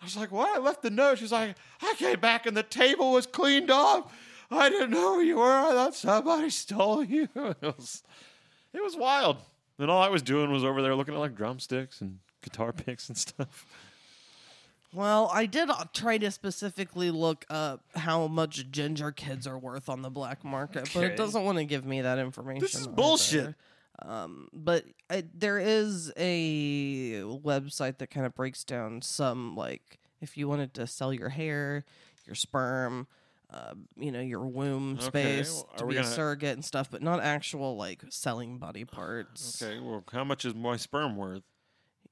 I was like, what? I left the note. She's like, I came back and the table was cleaned off. I didn't know where you were. I thought somebody stole you. It was, it was wild. And all I was doing was over there looking at like drumsticks and guitar picks and stuff. Well, I did uh, try to specifically look up how much ginger kids are worth on the black market, but Okay. it doesn't want to give me that information. This is either. Um, bullshit. But I, there is a website that kind of breaks down some, like, if you wanted to sell your hair, your sperm, uh, you know, your womb space well, are to we be gonna- a surrogate and stuff, but not actual, like, selling body parts. Okay, well, how much is my sperm worth?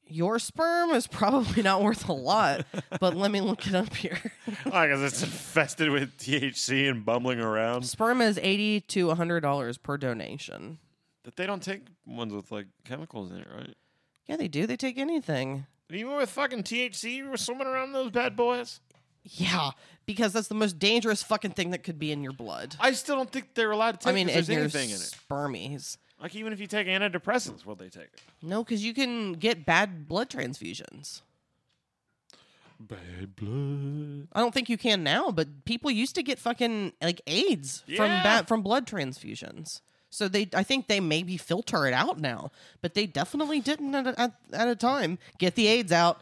Your sperm is probably not worth a lot, but let me look it up here. I guess it's infested with THC and bumbling around. Sperm is eighty to hundred dollars per donation. That they don't take ones with like chemicals in it, right? Yeah, they do. They take anything. Even with fucking THC, was swimming around those bad boys. Yeah, because that's the most dangerous fucking thing that could be in your blood. I still don't think they're allowed to take. I mean, if in there's your anything in it. spermies. Like even if you take antidepressants, will they take it? No, because you can get bad blood transfusions. Bad blood. I don't think you can now, but people used to get fucking like AIDS from Yeah. bad from blood transfusions. So they, I think they maybe filter it out now, but they definitely didn't at a, at, at a time get the AIDS out.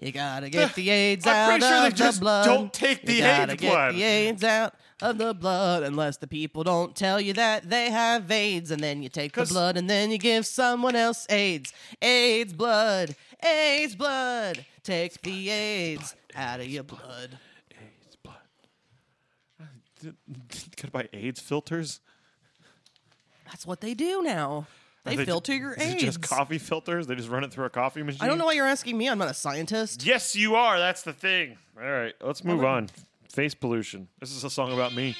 You gotta get the AIDS I'm out pretty sure of they the just blood. don't take the you gotta AIDS get blood. the AIDS out of the blood unless the people don't tell you that they have AIDS, and then you take the 'Cause- blood and then you give someone else AIDS. AIDS blood, AIDS blood. Take the AIDS out of your blood. AIDS blood. Gotta buy AIDS filters. That's what they do now. They, They ju- filter your Is it AIDS. just coffee filters? They just run it through a coffee machine? I don't know why you're asking me. I'm not a scientist. Yes, you are. That's the thing. All right, let's move on. Face pollution. This is a song about me.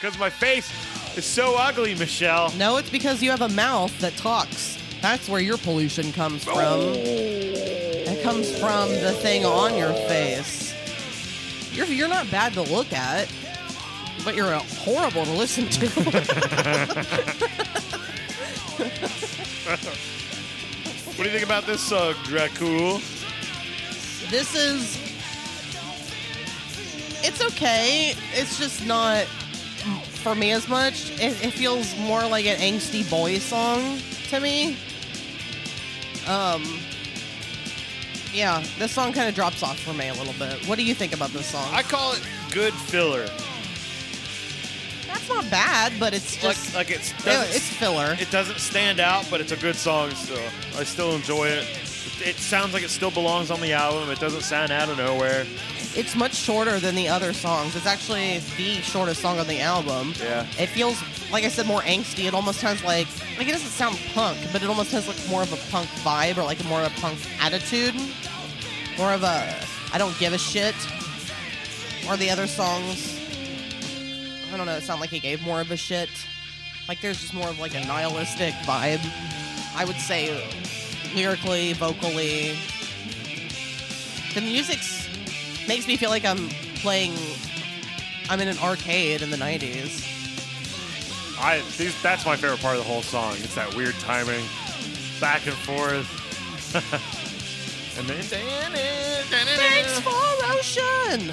Because my face is so ugly, Michelle. No, it's because you have a mouth that talks. That's where your pollution comes from. Oh. It comes from the thing on your face. You're, you're not bad to look at, but you're uh, horrible to listen to. What do you think about this song, Dracul? this is. It's okay. It's just not for me as much. It, it feels more like an angsty boy song to me. Um. Yeah, this song kind of drops off for me a little bit. What do you think about this song? I call it good filler. That's not bad, but it's just Like, like it's yeah, doesn't, it's filler. it doesn't stand out, but it's a good song still. I still enjoy it. It, it sounds like it still belongs on the album. It doesn't sound out of nowhere. It's much shorter than the other songs. It's actually the shortest song on the album. Yeah. It feels, like I said, more angsty. It almost has like, like it doesn't sound punk, but it almost has like more of a punk vibe or like more of a punk attitude. More of a, I don't give a shit. Or the other songs, I don't know, it sounded like he gave more of a shit. Like there's just more of like a nihilistic vibe. I would say lyrically, vocally. The music's makes me feel like I'm playing. I'm in an arcade in the '90s. I these, that's my favorite part of the whole song. It's that weird timing, back and forth, and then Thanks for ocean.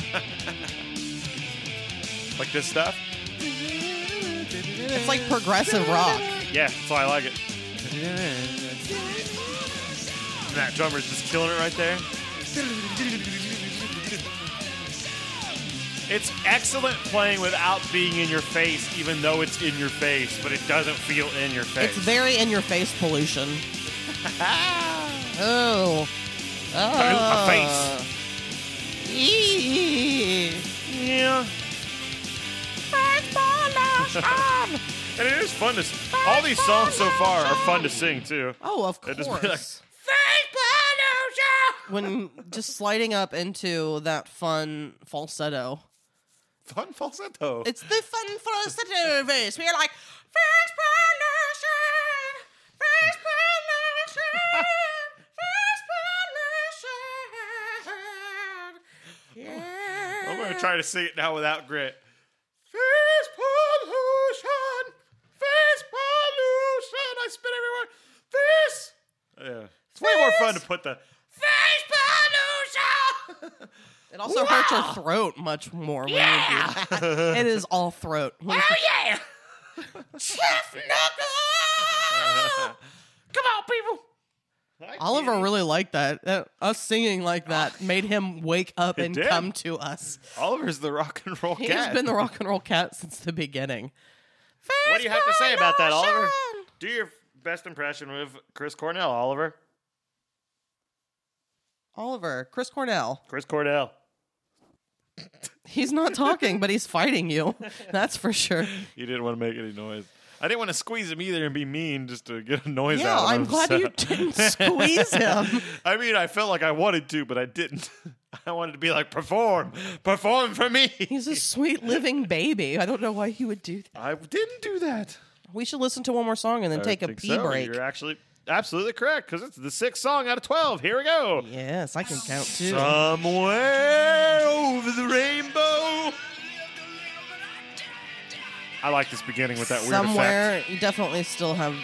like this stuff. It's like progressive rock. Yeah, that's why I like it. And that drummer's just killing it right there. It's excellent playing without being in your face, even though it's in your face, but it doesn't feel in your face. It's very in your face pollution. oh. my Oh. Eee. Yeah. And it is fun to. s- All these songs so far are fun to sing too. Oh, of It'd just be like- course. Face pollution! when just sliding up into that fun falsetto. Fun falsetto. It's the fun falsetto verse. We're like, face pollution, face pollution, face pollution. I'm gonna try to sing it now without grit. Face pollution. Face pollution. I spit everywhere. Face. Yeah. It's way more fun to put the. Face pollution! It also hurts your throat much more when you do that. it is all throat. Oh yeah! Chef Knuckle! Come on, people! Oliver really liked that. that. Us singing like that made him wake up It and did. come to us. Oliver's the rock and roll He's cat. been the rock and roll cat since the beginning. What do you have to say about that, Oliver? Sean. Do your best impression of Chris Cornell, Oliver. Oliver, Chris Cornell. Chris Cornell. He's not talking, but he's fighting you. That's for sure. He didn't want to make any noise. I didn't want to squeeze him either and be mean just to get a noise Yeah, out of him. I'm glad so- you didn't squeeze him. I mean, I felt like I wanted to, but I didn't. I wanted to be like, perform, perform for me. He's a sweet living baby. I don't know why he would do that. I didn't do that. We should listen to one more song and then take a think pee so. break. You're actually absolutely correct because it's the sixth song out of 12. Here we go. Yes, I can count too. Somewhere over the rainbow. I like this beginning with that weird Somewhere, effect. you definitely still have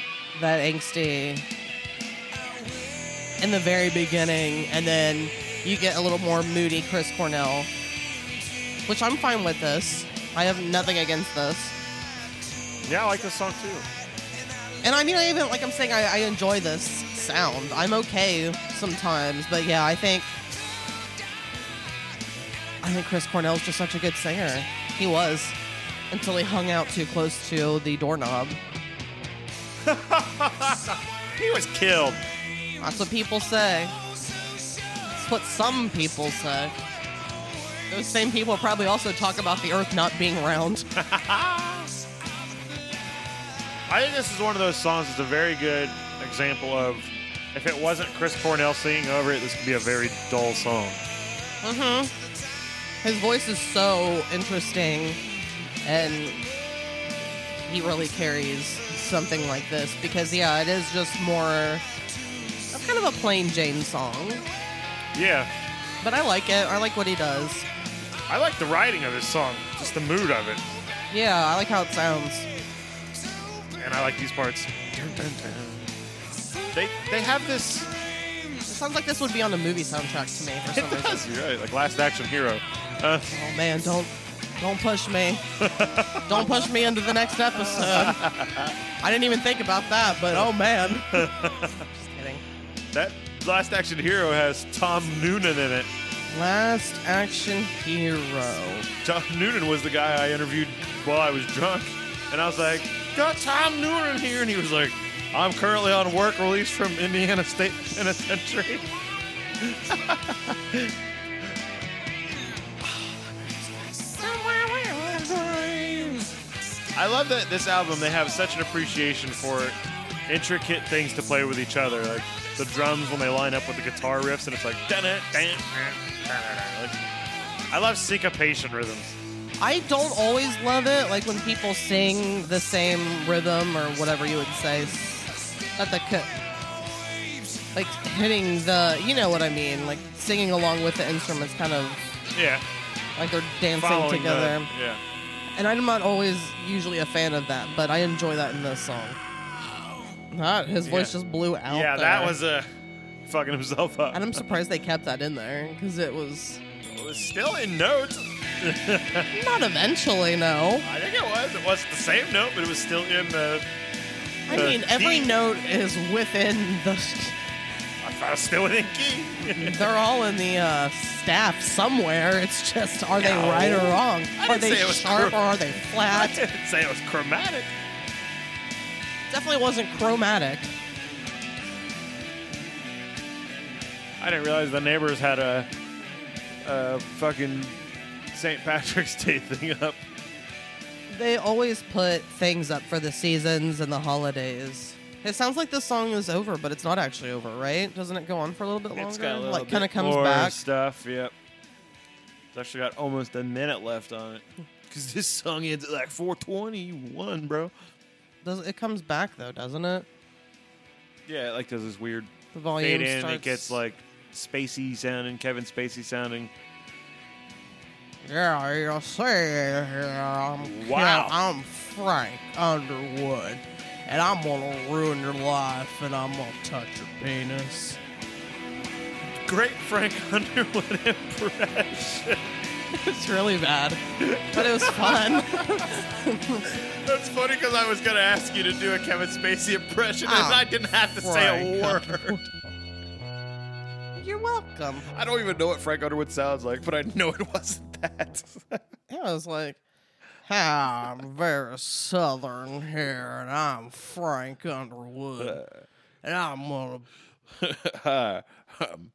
that angsty in the very beginning, and then you get a little more moody Chris Cornell, which I'm fine with this. I have nothing against this. Yeah, I like this song too. And I mean, I even, like I'm saying, I, I enjoy this sound. I'm okay sometimes, but yeah, I think. I think Chris Cornell's just such a good singer. He was until he hung out too close to the doorknob. He was killed. That's what people say. That's what some people say. Those same people probably also talk about the earth not being round. I think this is one of those songs that's a very good example of if it wasn't Chris Cornell singing over it, this could be a very dull song. His voice is so interesting, and he really carries something like this because, yeah, it is just more a kind of a plain Jane song. Yeah. But I like it. I like what he does. I like the writing of this song, just the mood of it. Yeah, I like how it sounds. And I like these parts. They they have this It sounds like this would be on a movie soundtrack to me for some reason. You're right, like last action hero. Oh man, don't don't push me. don't push me into the next episode. I didn't even think about that, but oh man. Just kidding. That last action hero has Tom Noonan in it. Last action hero. Tom Noonan was the guy I interviewed while I was drunk, and I was like, "Got Tom Noonan here," and he was like, "I'm currently on work release from Indiana State Penitentiary." I love that this album they have such an appreciation for intricate things to play with each other, like the drums when they line up with the guitar riffs, and it's like, dun dun dun like I love syncopation rhythms. I don't always love it, like when people sing the same rhythm or whatever you would say. s- Not the co- like hitting the, you know what I mean, like singing along with the instruments, kind of Yeah, like they're dancing following the- together. yeah. And I'm not always usually a fan of that, but I enjoy that in this song. That his voice Yeah. just blew out. yeah, that there. was uh, fucking himself up. And I'm surprised they kept that in there because it was It was still in notes. not eventually. No, I think it was. It wasn't the same note, but it was still in the. I The mean every key. note is within the. I thought it was still in E. key. They're all in the uh, staff somewhere. It's just are they right or wrong? Are didn't they say it was sharp cru- or are they I flat? didn't say it was chromatic. Definitely wasn't chromatic. I didn't realize the neighbors had a, a fucking St. Patrick's Day thing up. They always put things up for the seasons and the holidays. It sounds like this song is over, but it's not actually over, right? Doesn't it go on for a little bit longer? It's got a little like kind of bit comes More back. stuff. Yep. It's actually got almost a minute left on it. Cause this song ends at like 421, bro. Does it comes back though, doesn't it? Yeah, it like does this weird The volume fade in. starts. It gets like spacey sounding, Kevin Spacey sounding. yeah, you see, yeah, I'm Wow. I'm Frank Underwood, and I'm gonna ruin your life, and I'm gonna touch your penis. Great Frank Underwood impression. It's really bad, but it was fun. That's funny because I was gonna ask you to do a Kevin Spacey impression, and Oh, I didn't have to say a word. You're welcome. I don't even know what Frank Underwood sounds like, but I know it wasn't that. I was like, "Hi, I'm very southern here, and I'm Frank Underwood, and I'm gonna,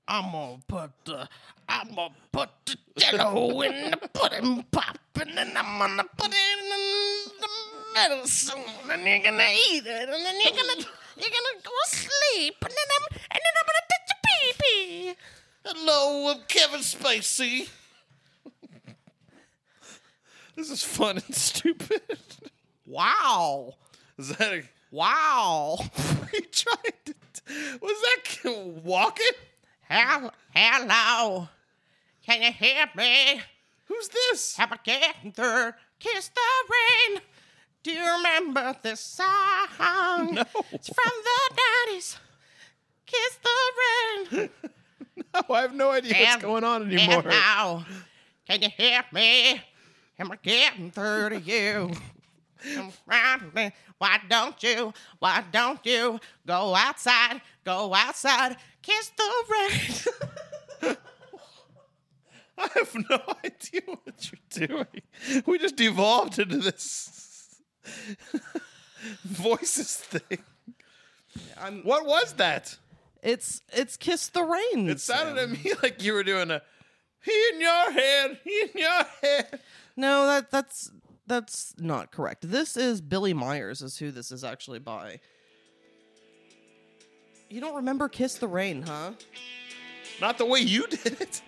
I'm gonna put the, I'm gonna put the jello in the pudding pop, and then I'm gonna put it in the medicine, and you're gonna eat it, and then you're gonna, you're gonna go sleep, and then I'm, and then I'm gonna touch your pee pee." Hello, I'm Kevin Spacey. this is fun and stupid. Wow, Is that a, wow. he tried to? Was that kid walking? Hel- hello. Can you hear me? Who's this? Have a getting through. Kiss the rain. Do you remember this song? No. It's from the 90s. Kiss the rain. Oh, I have no idea Damn. what's going on anymore. Hello. Can you hear me? Am I getting through to you? I'm crying. Why don't you? Why don't you go outside? Go outside. Kiss the rain. I have no idea what you're doing. We just devolved into this voices thing. what was that? It's it's kiss the rain. It sounded to me like you were doing a he in your head, he in your head. no, that that's that's not correct. This is Billy Myers is who this is actually by. You don't remember Kiss the Rain, huh? Not the way you did it.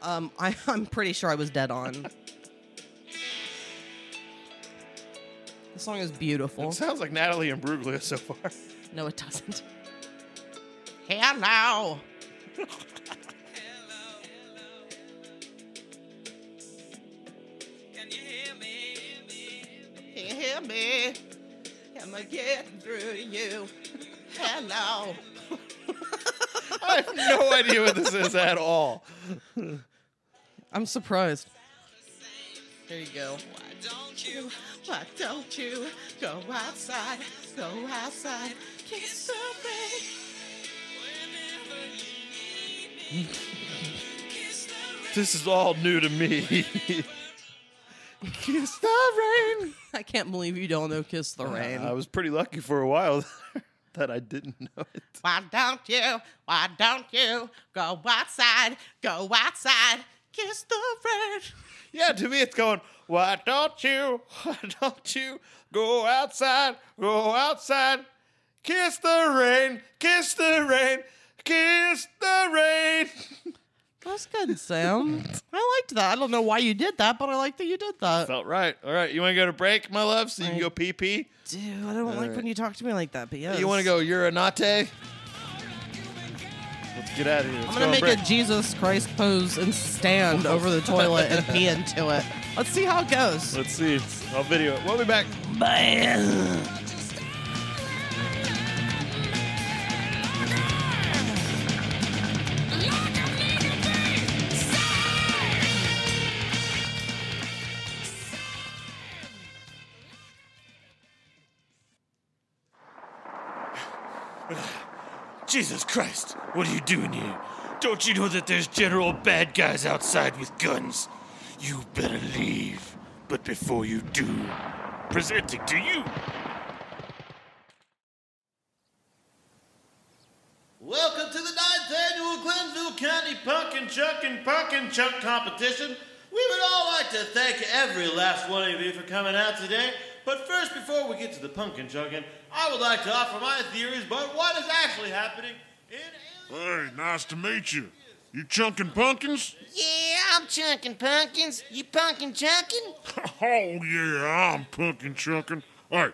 Um, I, I'm pretty sure I was dead on. the song is beautiful. It sounds like Natalie and Bruglia so far. No, it doesn't. Hello. Can you hear me? Am I getting through to you? Hello. I have no idea what this is at all. I'm surprised. There you go. Why don't you? Why don't you go outside? Go outside. Kiss the rain. This is all new to me. Kiss the rain. I can't believe you don't know Kiss the Rain. I was pretty lucky for a while that I didn't know it. Why don't you? Why don't you go outside? Go outside. Kiss the rain. Yeah, to me it's going, why don't you, why don't you go outside, go outside, kiss the rain, kiss the rain, kiss the rain. That's good, Sam. I liked that. I don't know why you did that, but I like that you did that. Felt right. All right, you want to go to break, my love, so you can go pee pee? Dude, I don't like when you talk to me like that, but yes. You want to go urinate? Let's get out of here. Let's go I'm gonna on make break. a Jesus Christ pose and stand over the toilet and pee into it. Let's see how it goes. Let's see. I'll video it. We'll be back. Jesus Christ, what are you doing here? Don't you know that there's general bad guys outside with guns? You better leave. But before you do, presenting to you. Welcome to the ninth annual Glenville County Pumpkin Chuck and Pumpkin Chuck competition. We would all like to thank every last one of you for coming out today. But first, before we get to the pumpkin chucking, I would like to offer my theories about what is actually happening in alien. Hey, nice to meet you. You chunking pumpkins? Yeah, I'm chunking pumpkins. You pumpkin chunking? Oh, yeah, I'm pumpkin chunking. Hey,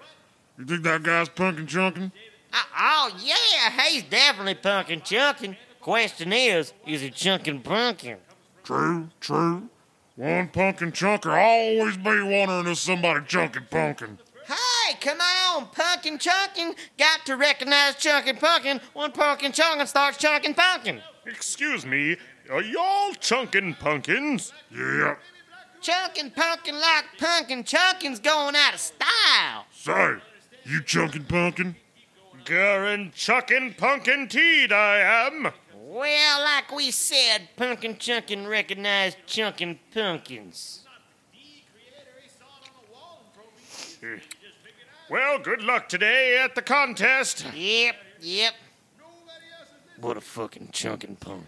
you think that guy's pumpkin chunking? Uh, oh, yeah, he's definitely pumpkin chunking. Question is, is he chunking pumpkin? True, true. One pumpkin chunker always be wondering if somebody chunking pumpkin. Hey, come on, pumpkin chunking. Got to recognize chunking pumpkin when pumpkin chunking starts chunking pumpkin. Excuse me, are y'all chunking pumpkins? Yeah. Chunking pumpkin like pumpkin chunking's going out of style. Say, you chunking pumpkin? Gurren chucking pumpkin teed I am. Well, like we said, Punkin' Chunkin' recognized Chunkin' Pumpkins. Well, good luck today at the contest. Yep, yep. What a fucking chunkin' punk.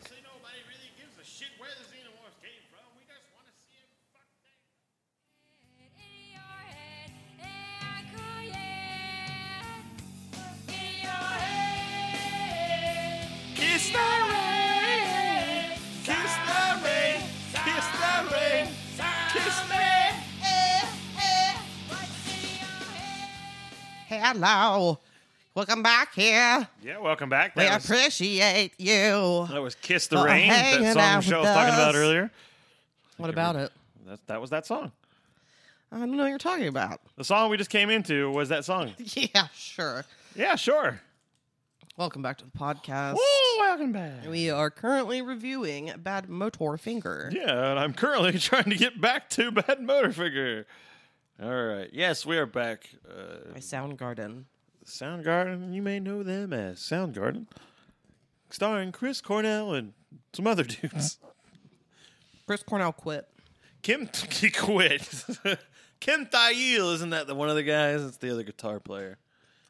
Kiss the rain. Kiss the rain. Kiss the rain. Kiss me. Hello. Welcome back here. Yeah, welcome back. We That was, appreciate you. that was Kiss the for Rain, hanging that song out Michelle with was talking about us. earlier. What about it? That, that was that song. I don't know what you're talking about. The song we just came into was that song. Yeah, sure. Yeah, sure. Welcome back to the podcast. Oh, welcome back. We are currently reviewing Bad Motor Finger. Yeah, and I'm currently trying to get back to Bad Motor Figure. All right. Yes, we are back. Uh, By Soundgarden. Soundgarden, you may know them as Soundgarden, starring Chris Cornell and some other dudes. Chris Cornell quit. Kim he quit. Kim Thayil, isn't that the one of the guys? That's the other guitar player,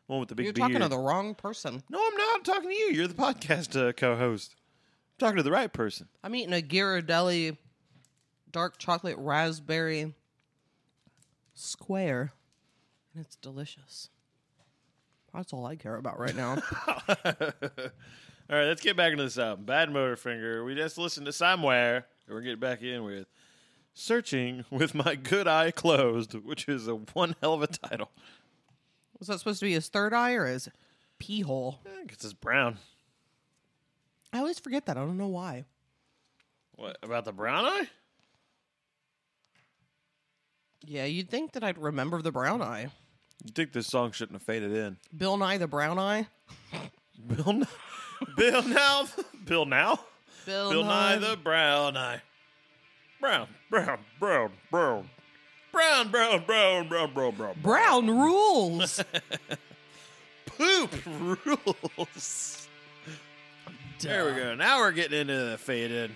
The one with the big You're beard. talking to the wrong person. no, I'm not. I'm talking to you. You're the podcast uh, co-host. I'm talking to the right person. I'm eating a Ghirardelli dark chocolate raspberry square, and it's delicious. That's all I care about right now. All right, let's get back into this album. Bad Motor Finger. We just listened to somewhere. and We're getting back in with Searching with My Good Eye Closed, which is a one hell of a title. Was that supposed to be his third eye or his pee hole? I think it's just brown. I always forget that. I don't know why. What about the brown eye? Yeah, you'd think that I'd remember the brown eye. You think this song shouldn't have faded in? Bill Nye the brown eye. Bill, N- Bill now, Bill now, Bill Nye the brown eye, brown, brown, brown, brown, brown, brown, brown, brown, brown, brown. brown rules. Poop rules. There we go. Now we're getting into the fade in.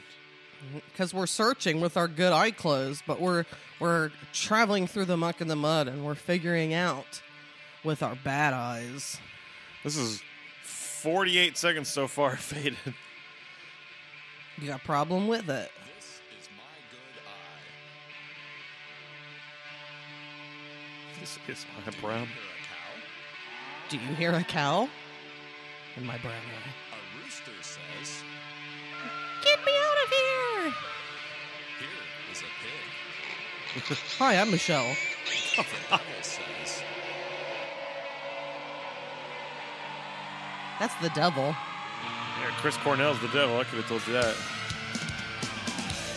because we're searching with our good eye closed, but we're we're traveling through the muck and the mud, and we're figuring out with our bad eyes. This is 48 seconds so far faded. You got a problem with it? This is my brown. Do you hear a cow? In my brown eye. Get me out of here! Hi, I'm Michelle. That's the devil. Yeah, Chris Cornell's the devil. I could have told you that.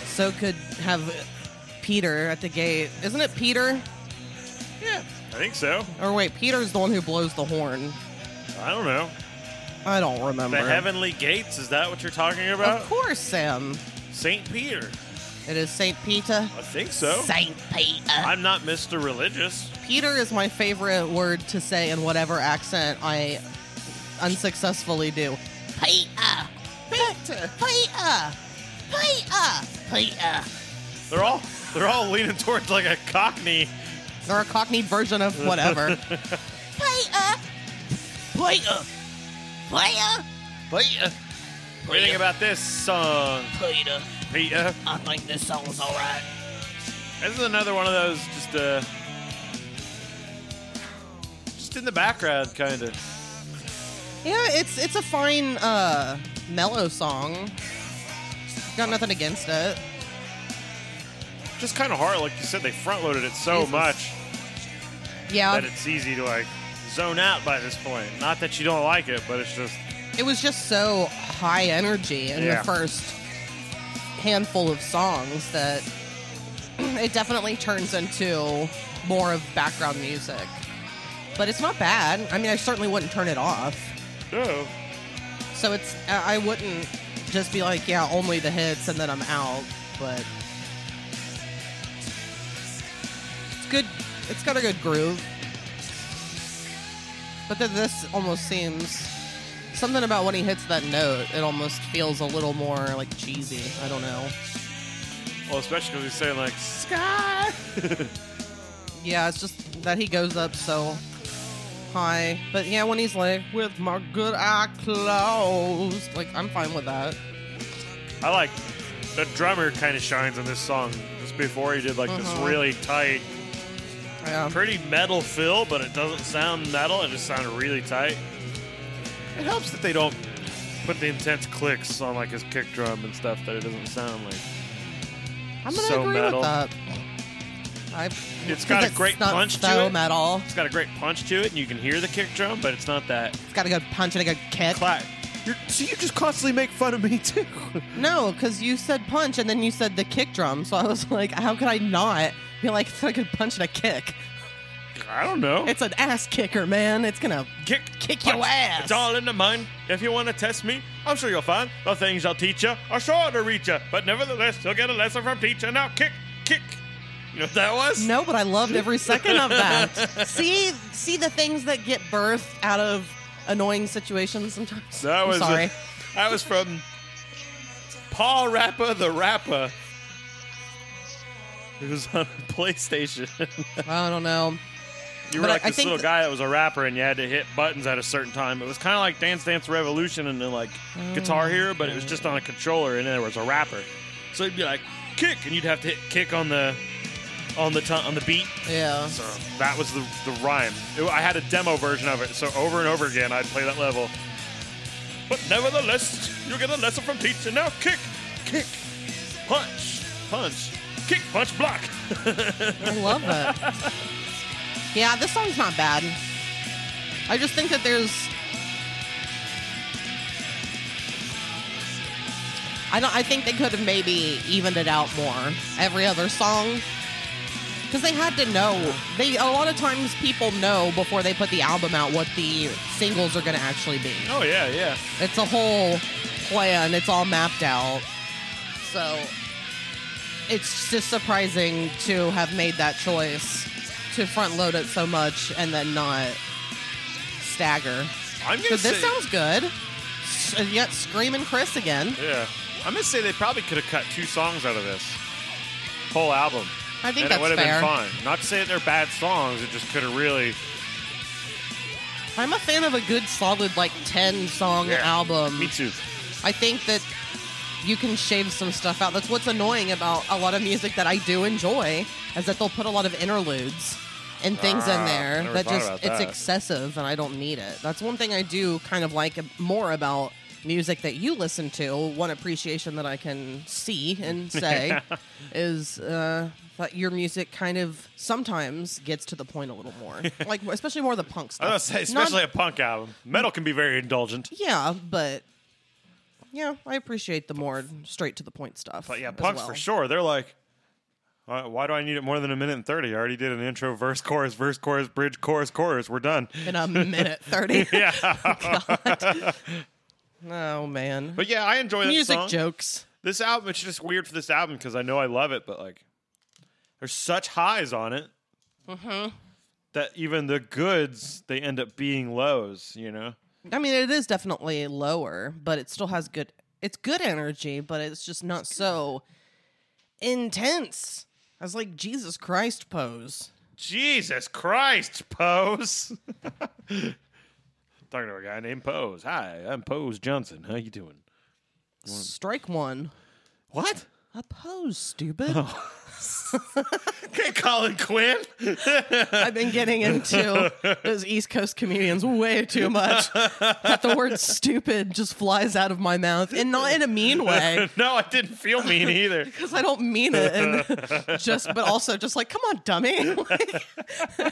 So could have Peter at the gate. Isn't it Peter? I think so. Or wait, Peter's the one who blows the horn. I don't know. I don't remember. The heavenly gates, is that what you're talking Of about? course, Sam. St. Peter. It is Saint Peter. I think so. Saint Peter. I'm not Mr. Religious. Peter is my favorite word to say in whatever accent I unsuccessfully do. Peter. Peter. Peter. Peter. Peter. They're all they're all leaning towards like a cockney. Or a Cockney version of whatever. Peter. Peter. Peter. Peter. What do you think about this song, Peter. Peter? I think this song's alright. This is another one of those just uh just in the background kinda. yeah, it's it's a fine uh, mellow song. Got nothing against it. Just kinda hard, like you said, they front loaded it so Jesus. much Yeah, that it's easy to like zone out by this point. Not that you don't like it, but it's just it was just so high energy in Yeah. the first handful of songs that it definitely turns into more of background music. But it's not bad. I mean, I certainly wouldn't turn it off. no. So it's I I wouldn't just be like, yeah, only the hits and then I'm out, but it's good. It's got a good groove. But then this almost seems something about when he hits that note, it almost feels a little more like cheesy. I don't know. Well, especially because he's saying like Yeah, it's just that he goes up so high. But yeah, when he's like, with my good eye closed, like, I'm fine with that. I like the drummer kind of shines on this song. Just before he did like this Mhm. really tight, Yeah. pretty metal fill, but it doesn't sound metal. It just sounded really tight. It helps that they don't put the intense clicks on like his kick drum and stuff that it doesn't sound like. I'm gonna so agree metal. with that. I, It's got a great not punch to so it. metal. It's got a great punch to it, and you can hear the kick drum, but it's not that It's got a good punch and a good kick. clack. You're, so you just constantly make fun of me too. No, because you said punch and then you said the kick drum. So I was like, how could I not be like, it's like a punch and a kick? I don't know. It's an ass kicker, man. It's gonna. kick, Kick your punch. ass. It's all in the mind. If you want to test me, I'm sure you'll find the things I'll teach you are sure to reach you. But nevertheless, you'll get a lesson from teacher. Now kick, kick. You know what that was? No, but I loved every second of that. see, see the things that get birthed out of annoying situations sometimes. That I'm was uh, sorry. that was from Paul Rappa the Rapper. It was on PlayStation. I don't know. you But were I- like I this think little th- guy that was a rapper, and you had to hit buttons at a certain time. It was kind of like Dance Dance Revolution and then like Guitar Hero, but it was just on a controller, and there was a rapper. So you'd be like kick, and you'd have to hit kick on the on the t- on the beat. Yeah. So that was the the rhyme. It- I had a demo version of it, so over and over again, I'd play that level. But nevertheless, you get a lesson from teacher. Now kick, kick, punch, punch, kick, punch, block. I love it. yeah, this song's not bad. I just think that there's. I don't. I think they could have maybe evened it out more. Every other song, because they had to know. They a lot of times people know before they put the album out what the singles are going to actually be. Oh yeah, yeah. It's a whole plan. It's all mapped out. So it's just surprising to have made that choice to front load it so much and then not stagger. I'm gonna So this say- sounds good. S- And yet screaming Chris again. Yeah. I'm gonna say they probably could have cut two songs out of this whole album. I and think that's it would have fair. been fine. Not to say that they're bad songs, it just could have really I'm a fan of a good solid like 10 song Yeah. album. Me too. I think that you can shave some stuff out. That's what's annoying about a lot of music that I do enjoy is that they'll put a lot of interludes and things in Ah, there never that thought just about it's that. excessive and I don't need it. That's one thing I do kind of like more about music that you listen to. One appreciation that I can see and say is uh, that your music kind of sometimes gets to the point a little more, like especially more of the punk stuff. I was gonna say, Not- especially a punk album. Metal can be very indulgent. yeah, but yeah, I appreciate the more straight to the point stuff. But yeah, as punks for well. sure. They're like, "Why- why do I need it more than a minute and thirty? I already did an intro, verse, chorus, verse, chorus, bridge, chorus, chorus. We're done. In a minute thirty. Yeah, Oh man, but yeah, I enjoy that music song. jokes. This album, it's just weird for this album because I know I love it, but like, there's such highs on it Mm-hmm. that even the goods they end up being lows. You know, I mean, it is definitely lower, but it still has good. It's good energy, but it's just not so intense. I was like Jesus Christ pose. Jesus Christ, Pose. Talking to a guy named Pose. Hi, I'm Pose Johnson. How you doing? Strike one. What? A pose, stupid. Okay, Colin Quinn. I've been getting into those East Coast comedians way too much. That the word stupid just flies out of my mouth and not in a mean way. No, I didn't feel mean either. Because I don't mean it, and just but also just like, come on, dummy! Like,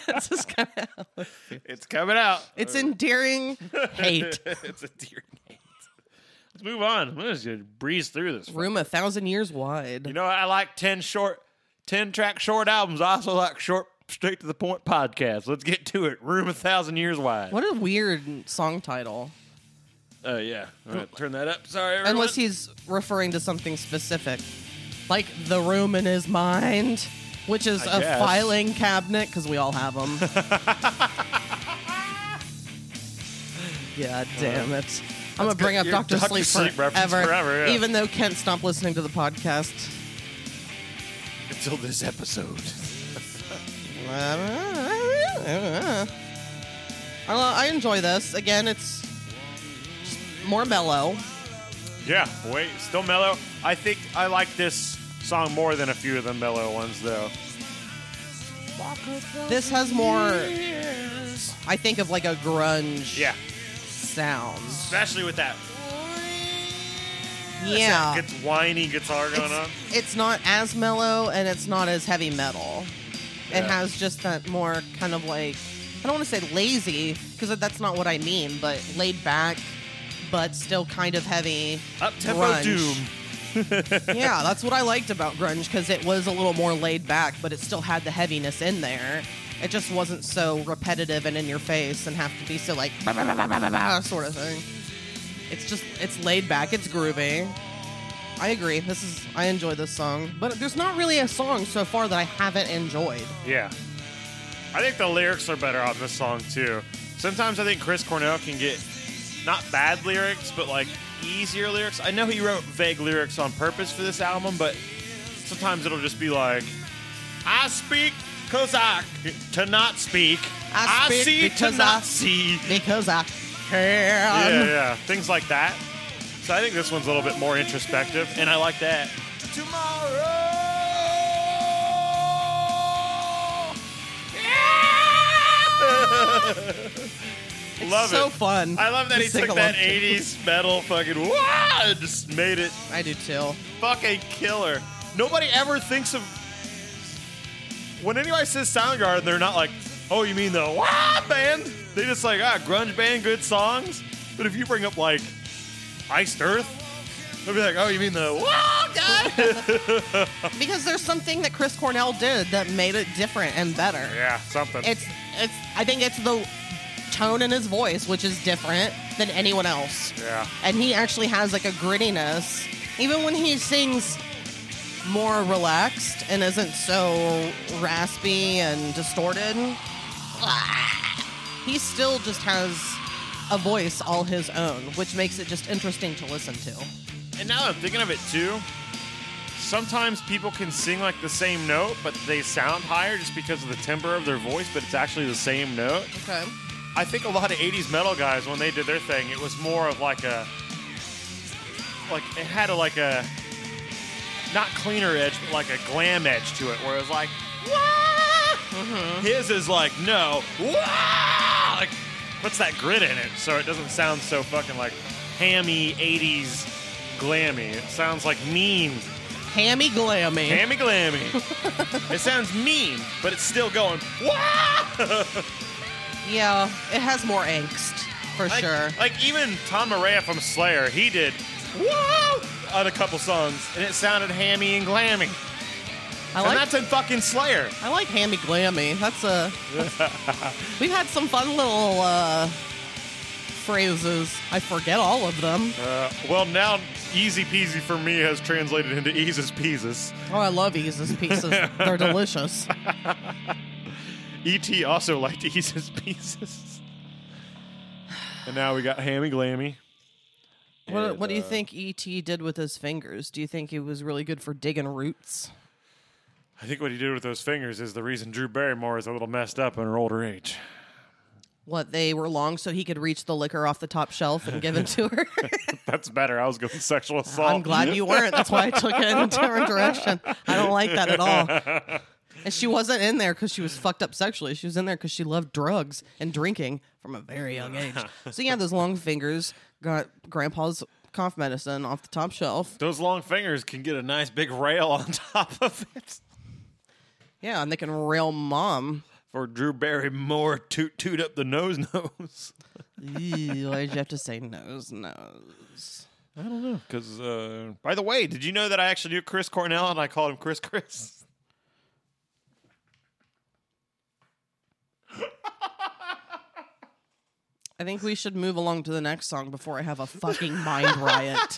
it's just kind of It's coming out. it's endearing hate. it's a deer name. Let's move on. Let's just breeze through this. Room a thousand years wide. You know, I like ten short, ten track short albums. I also like short, straight to the point podcasts. Let's get to it. Room a thousand years wide. what a weird song title. Uh, yeah. All right, turn that up. Sorry, everyone. Unless he's referring to something specific, like the room in his mind, which is I a guess. filing cabinet because we all have them. God damn it! I'm gonna bring up Your Doctor Dr. Sleep, Sleep reference forever, forever, yeah. even though Kent stopped listening to the podcast. Until this episode. I don't know, I enjoy this. Again, it's just more mellow. Yeah, wait, still mellow. I think I like this song more than a few of the mellow ones, though. This has more, I think, of like a grunge Yeah, sound. especially with that Yeah. gets whiny guitar going on. Ah. It's, it's not as mellow and it's not as heavy metal. It Yeah. has just that more kind of like, I don't want to say lazy because that's not what I mean, but laid back, but still kind of heavy. Up tempo grunge. doom. yeah, that's what I liked about grunge because it was a little more laid back, but it still had the heaviness in there. It just wasn't so repetitive and in your face and have to be so like "Bah, bah, bah, bah, bah, bah, bah," sort of thing. It's just it's laid back, it's groovy. I agree. This is I enjoy this song, but there's not really a song so far that I haven't enjoyed. Yeah. I think the lyrics are better on this song too. Sometimes I think Chris Cornell can get not bad lyrics, but like easier lyrics. I know he wrote vague lyrics on purpose for this album, but sometimes it'll just be like, I speak because I c- to not speak. I speak see because to not I- Um. see. Because I Yeah, can. yeah, things like that. So I think this one's a little bit more introspective, and I like that. Love so it. fun. I love that to he sing took along that to. 80s metal fucking wah and just made it I do too. fucking killer. Nobody ever thinks of when anybody says Soundgarden, they're not like, oh, you mean the wah band? They just like ah, grunge band, good songs. But if you bring up like Iced Earth, they'll be like, oh, you mean the wah guy? Because there's something that Chris Cornell did that made it different and better. yeah, something. it's it's I think it's the tone in his voice which is different than anyone else. yeah, And he actually has like a grittiness even when he sings more relaxed and isn't so raspy and distorted. He still just has a voice all his own, which makes it just interesting to listen to. and now that I'm thinking of it too. Sometimes people can sing like the same note, but they sound higher just because of the timbre of their voice. But it's actually the same note. Okay. I think a lot of 80s metal guys, when they did their thing, it was more of like a, like it had a, like a, not cleaner edge, but like a glam edge to it, where it was like, wah! His is like, no, wah! Like, puts that grit in it, so it doesn't sound so fucking like hammy 80s glammy. It sounds like mean, Hammy Glammy. hammy glammy. it sounds mean, but it's still going, wah! yeah, it has more angst for Like- sure. Like even Tom Araya from Slayer, he did whoa on a couple songs, and it sounded hammy and glammy. I and like that's in fucking Slayer. I like hammy glammy. That's a. that's- we've had some fun little uh, phrases. I forget all of them. Uh, well, now easy peasy for me has translated into eases peases. Oh, I love Ease's pieces. They're delicious. E.T. E also liked eases peases. And now we got hammy glammy. What, what do you think E.T. did with his fingers? Do you think he was really good for digging roots? I think what he did with those fingers is the reason Drew Barrymore is a little messed up in her older age. What, they were long so he could reach the liquor off the top shelf and give it to her? That's better. I was going sexual assault. I'm glad you weren't. That's why I took it in a different direction. I don't like that at all. And she wasn't in there because she was fucked up sexually. She was in there because she loved drugs and drinking from a very young age. So yeah, those long fingers got grandpa's cough medicine off the top shelf. Those long fingers can get a nice big rail on top of it. Yeah, and they can rail mom. for Drew Barrymore toot toot up the nose nose. Ew, why did you have to say nose, nose? I don't know because uh, by the way, did you know that I actually knew Chris Cornell and I called him Chris Chris? I think we should move along to the next song before I have a fucking mind riot.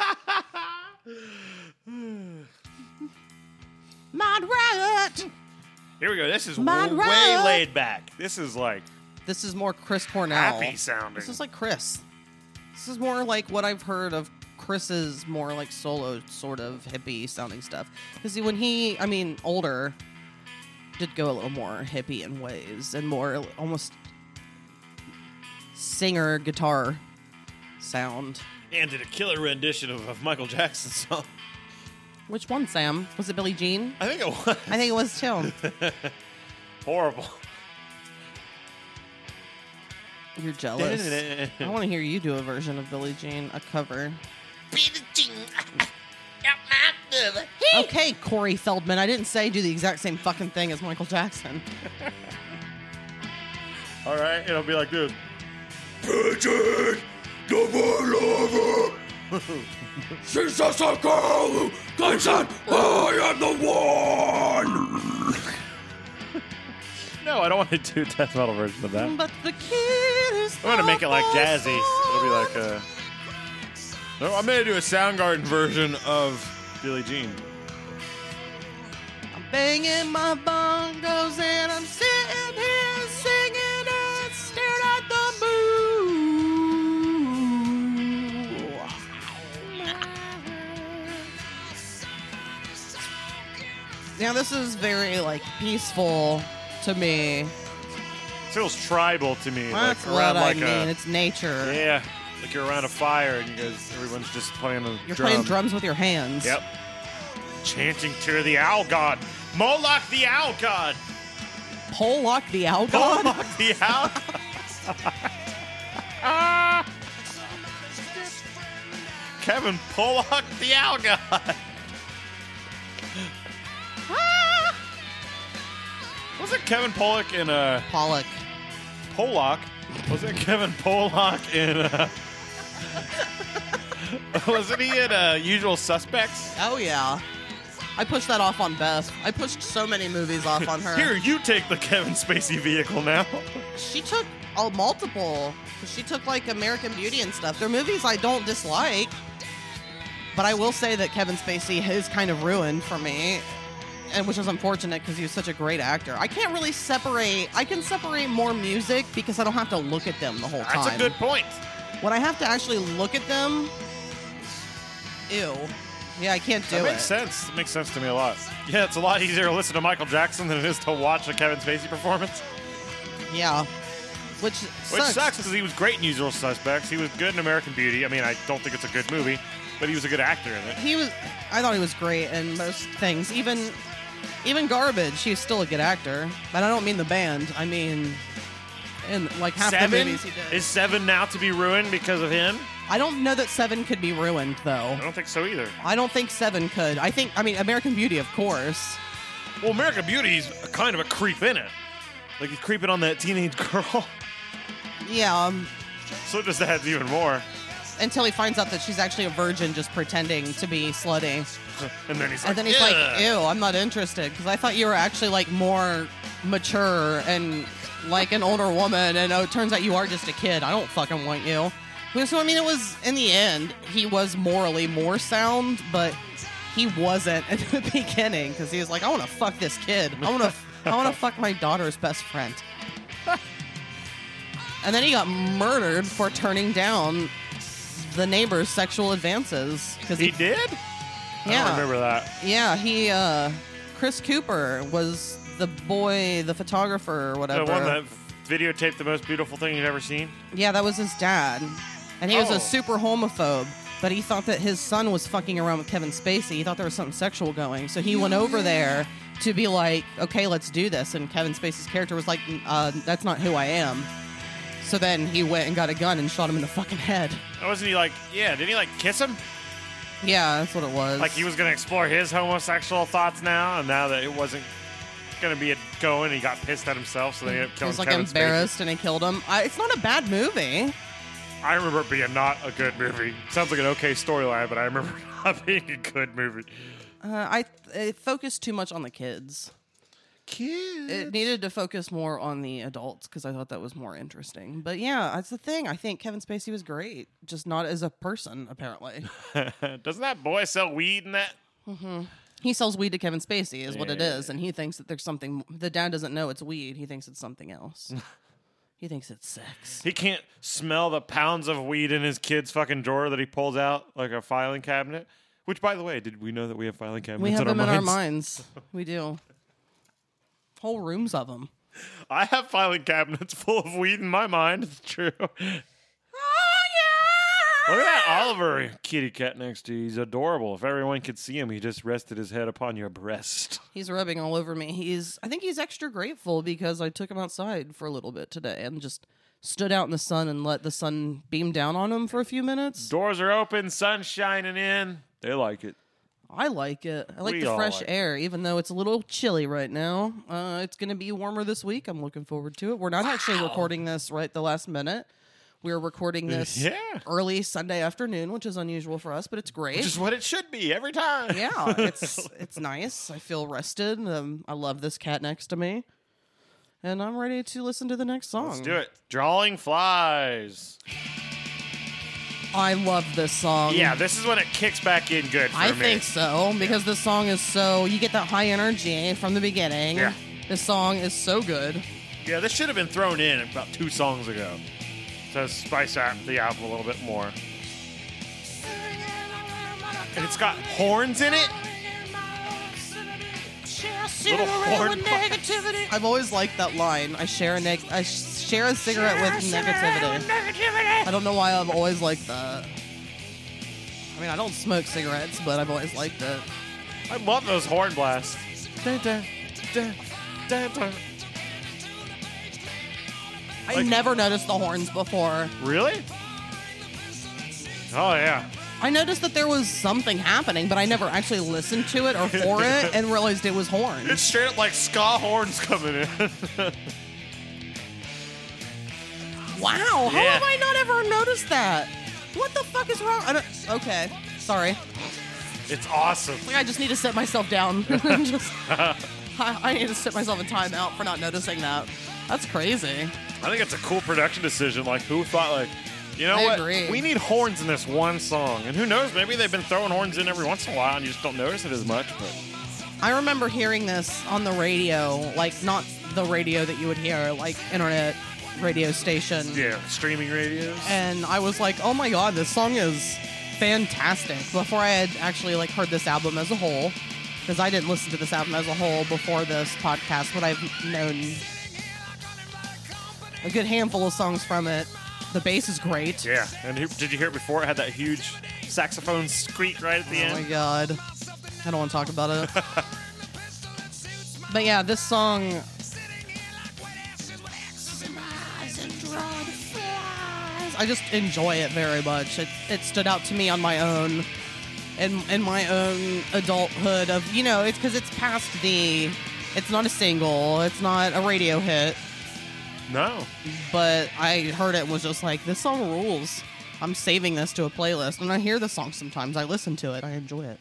mind riot! Here we go. This is Mad w- way Rock. laid back. This is like This is more Chris Cornell. happy sounding. This is like Chris. This is more like what I've heard of Chris's more like solo sort of hippie sounding stuff. Because when he, I mean, older, did go a little more hippie in ways and more almost singer guitar sound. And did a killer rendition of a Michael Jackson song. Which one, Sam? Was it Billie Jean? I think it was I think it was too. horrible. You're jealous. I want to hear you do a version of Billie Jean, a cover. Okay, Corey Feldman. I didn't say do the exact same fucking thing as Michael Jackson. All right, it'll be like this. Pigeon, the one lover. She's just a girl who comes out. I am the one. No, I don't want to do a death metal version of that. I'm But the kid is. gonna make it like jazzy. It'll be like uh, No, I'm gonna do a Soundgarden version of Billie Jean. I'm banging my bongos and I'm sitting here singing and staring at the moon. Now this is very like peaceful to me. feels tribal to me. That's like, what around I like uh, mean. a, it's nature. Yeah, like you're around a fire and you guys, everyone's just playing a You're drum. playing drums with your hands. Yep. Chanting to the owl god, Moloch the owl god, Pollock the owl god. Moloch the owl. Kevin Pollock the owl god. Was it Kevin Pollock in uh, Pollock. Pollock? Was it Kevin Pollock in? Uh, wasn't he in uh, Usual Suspects? Oh yeah. I pushed that off on Beth. I pushed so many movies off on her. Here, you take the Kevin Spacey vehicle now. She took a multiple. She took like American Beauty and stuff. They're movies I don't dislike. But I will say that Kevin Spacey is kind of ruined for me. And which is unfortunate because he was such a great actor. I can't really separate. I can separate more music because I don't have to look at them the whole time. That's a good point. When I have to actually look at them, ew. Yeah, I can't do That it. makes sense. It makes sense to me a lot. Yeah, it's a lot easier to listen to Michael Jackson than it is to watch a Kevin Spacey performance. Yeah. Which Which sucks. sucks because he was great in Usual Suspects. He was good in American Beauty. I mean, I don't think it's a good movie, but he was a good actor in it. He was I thought he was great in most things. Even even garbage, he was still a good actor. But I don't mean the band. I mean in like half the Seven movies he did. is Seven now to be ruined because of him? I don't know that Seven could be ruined though. I don't think so either. I don't think Seven could. I think I mean American Beauty, of course. Well, American Beauty's a kind of a creep in it. Like he's creeping on that teenage girl. Yeah, um, so does that even more. until he finds out that she's actually a virgin, just pretending to be slutty. And then he's like, And then he's like, "Ew, I'm not interested," because I thought you were actually like more mature and like an older woman, and oh, it turns out you are just a kid. I don't fucking want you. I mean, So I mean, it was in the end, he was morally more sound, but he wasn't at the beginning because he was like, "I want to fuck this kid. I want to, I want to fuck my daughter's best friend." and then he got murdered for turning down the neighbor's sexual advances because he did? I yeah. don't remember that. Yeah, he uh Chris Cooper was the boy, the photographer or whatever. The one that videotaped the most beautiful thing you've ever seen? yeah, that was his dad. And he was Oh. a super homophobe, but he thought that his son was fucking around with Kevin Spacey. He thought there was something sexual going. So he went over there to be like, "Okay, let's do this." And Kevin Spacey's character was like, uh, "That's not who I am." So then he went and got a gun and shot him in the fucking head. Oh, Wasn't he like, yeah, did he like kiss him? Yeah, that's what it was. Like he was going to explore his homosexual thoughts now, and now that it wasn't going to be a going, he got pissed at himself, so they ended up He killing was like Kevin Spacey. embarrassed and he killed him. I, it's not a bad movie. I remember it being not a good movie. Sounds like an okay storyline, but I remember it not being a good movie. Uh, I it focused too much on the kids. It needed to focus more on the adults because I thought that was more interesting. But yeah, that's the thing. I think Kevin Spacey was great, just not as a person. Apparently, Doesn't that boy sell weed in that? he sells weed to Kevin Spacey, is what it is, and he thinks that there's something. The dad doesn't know it's weed. He thinks it's something else. He thinks it's sex. He can't smell the pounds of weed in his kid's fucking drawer that he pulls out like a filing cabinet. Which, by the way, did we know that we have filing cabinets We have in them our in minds? our minds. We do. Whole rooms of them. I have filing cabinets full of weed in my mind. It's true. Oh yeah! Look at that Oh, Oliver kitty cat next to you. He's adorable. If everyone could see him, he just rested his head upon your breast. He's rubbing all over me. He's I think he's extra grateful because I took him outside for a little bit today and just stood out in the sun and let the sun beam down on him for a few minutes. Doors are open, sun's shining in. They like it. I like it. I like We the all fresh like it. air, even though it's a little chilly right now. Uh, it's going to be warmer this week. I'm looking forward to it. We're not actually recording this right the last minute. We're recording this Uh, Yeah. early Sunday afternoon, which is unusual for us, but it's great. Which is what it should be every time. yeah, it's it's nice. I feel rested. Um, I love this cat next to me, and I'm ready to listen to the next song. Let's do it. Drawing flies. I love this song. Yeah, this is when it kicks back in good for I me. think so because this song is so you get that high energy from the beginning. Yeah. This song is so good. Yeah, this should have been thrown in about two songs ago. So spice out the album a little bit more. And it's got horns in it. Little horn. Negativity. I've always liked that line. I share a neg- I sh- share a cigarette with negativity. I don't know why I've always liked that. I mean, I don't smoke cigarettes, but I've always liked it. I love those horn blasts. Dun, dun, dun, dun, dun. I Like- never noticed the horns before. Really? Oh yeah. I noticed that there was something happening, but I never actually listened to it or for it and realized it was It's horns. straight up like ska horns coming in. Wow, how Yeah. have I not ever noticed that? What the fuck is wrong? I don't- okay, sorry. it's awesome. Like I just need to sit myself down. just, I, I need to sit myself in time out for not noticing that. That's crazy. I think it's a cool production decision. Like who thought like you know I what? agree. We need horns in this one song. And who knows, maybe they've been throwing horns in every once in a while and you just don't notice it as much, but I remember hearing this on the radio, like not the radio that you would hear, like internet radio station. yeah, streaming radios. And I was like, oh my god, this song is fantastic. Before I had actually like heard this album as a whole, because I didn't listen to this album as a whole before this podcast, but I've known a good handful of songs from it. The bass is great. Yeah, and who, did you hear it before? It had that huge saxophone squeak right at the Oh my end. god. I don't want to talk about it. but yeah, this song I just enjoy it very much. It it stood out to me on my own and in my own adulthood of, you know, it's cuz it's past the it's not a single, it's not a radio hit, No, but I heard it and was just like this song rules. I'm saving this to a playlist and I hear the song sometimes. I listen to it. I enjoy it.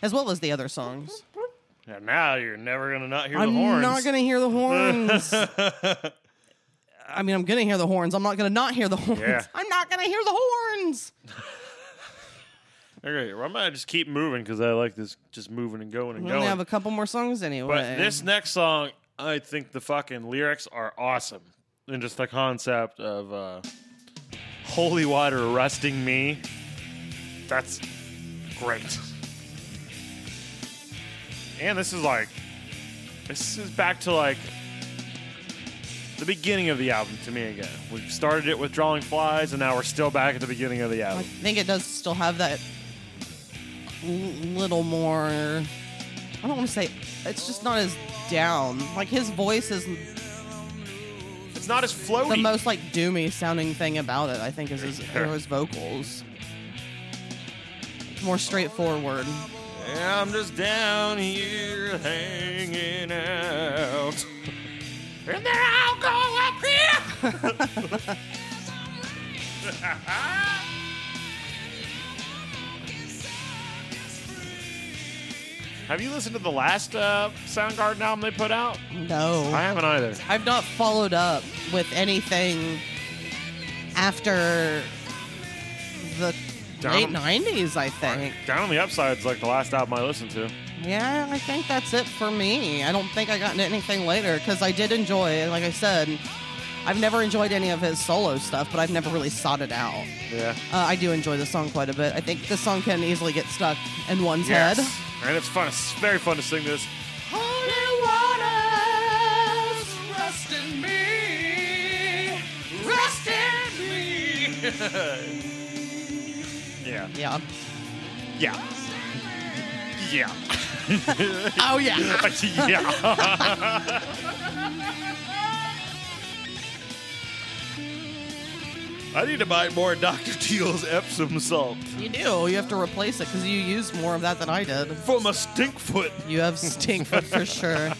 As well as the other songs. yeah, now you're never gonna not hear I'm the horns. not gonna hear the horns. I mean, I'm gonna hear the horns. I'm not gonna not hear the horns. Yeah. I'm not gonna hear the horns. Okay, well, I'm gonna just keep moving because I like this, just moving and going and We going. only have a couple more songs anyway. but this next song, I think the fucking lyrics are awesome, and just the concept of uh, holy water arresting me. That's great. And this is like, this is back to like the beginning of the album to me again. We started it with drawing flies, and now we're still back at the beginning of the I album. think it does still have that l- little more. I don't want to say it's just not as down. Like his voice is It's not as the floaty. most like doomy sounding thing about it. I think is his, are his vocals. It's more straightforward. I'm just down here hanging out. And then I'll go up here. Have you listened to the last uh, Soundgarden album they put out? No, I haven't either. I've not followed up with anything after the Down- late nineties. I think. Down on the Upside's like the last album I listened to. Yeah, I think that's it for me. I don't think I got into anything later because I did enjoy, like I said, I've never enjoyed any of his solo stuff, but I've never really sought it out. Yeah. Uh, I do enjoy this song quite a bit. I think this song can easily get stuck in one's head. Yes. And it's fun. It's very fun to sing this. Yeah. Yeah. Yeah. Yeah. Oh yeah. yeah. I need to buy more Dr. Teal's Epsom salt You do. You have to replace it because you used more of that than I did. for my stink foot. You have stink foot for sure.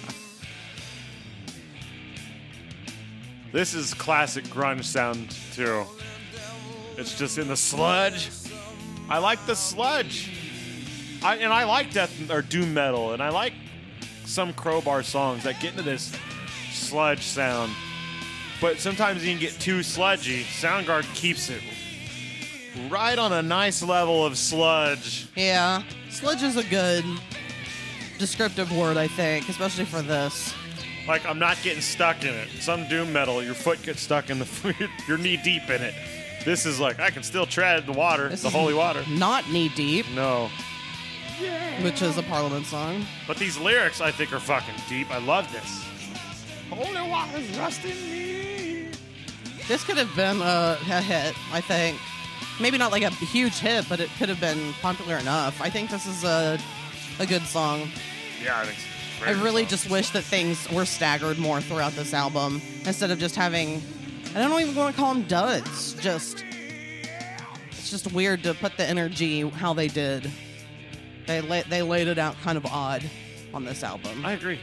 This is classic grunge sound too. It's just in the sludge. I like the sludge. I and I like death or doom metal, and I like some crowbar songs that get into this sludge sound. But sometimes you can get too sludgy. Soundgarden keeps it right on a nice level of sludge. Yeah. Sludge is a good descriptive word, I think, especially for this. Like I'm not getting stuck in it. Some doom metal, your foot gets stuck in the you're knee deep in it. This is like I can still tread the water, This the is holy water. Not knee deep, No. which is a Parliament song. But these lyrics I think are fucking deep. I love this. This could have been a, a hit, I think. Maybe not like a huge hit, but it could have been popular enough. I think this is a a good song. Yeah, I think so. I really just wish that things were staggered more throughout this album instead of just having I don't even want to call them duds. Just it's just weird to put the energy how they did. They la- they laid it out kind of odd on this album. I agree.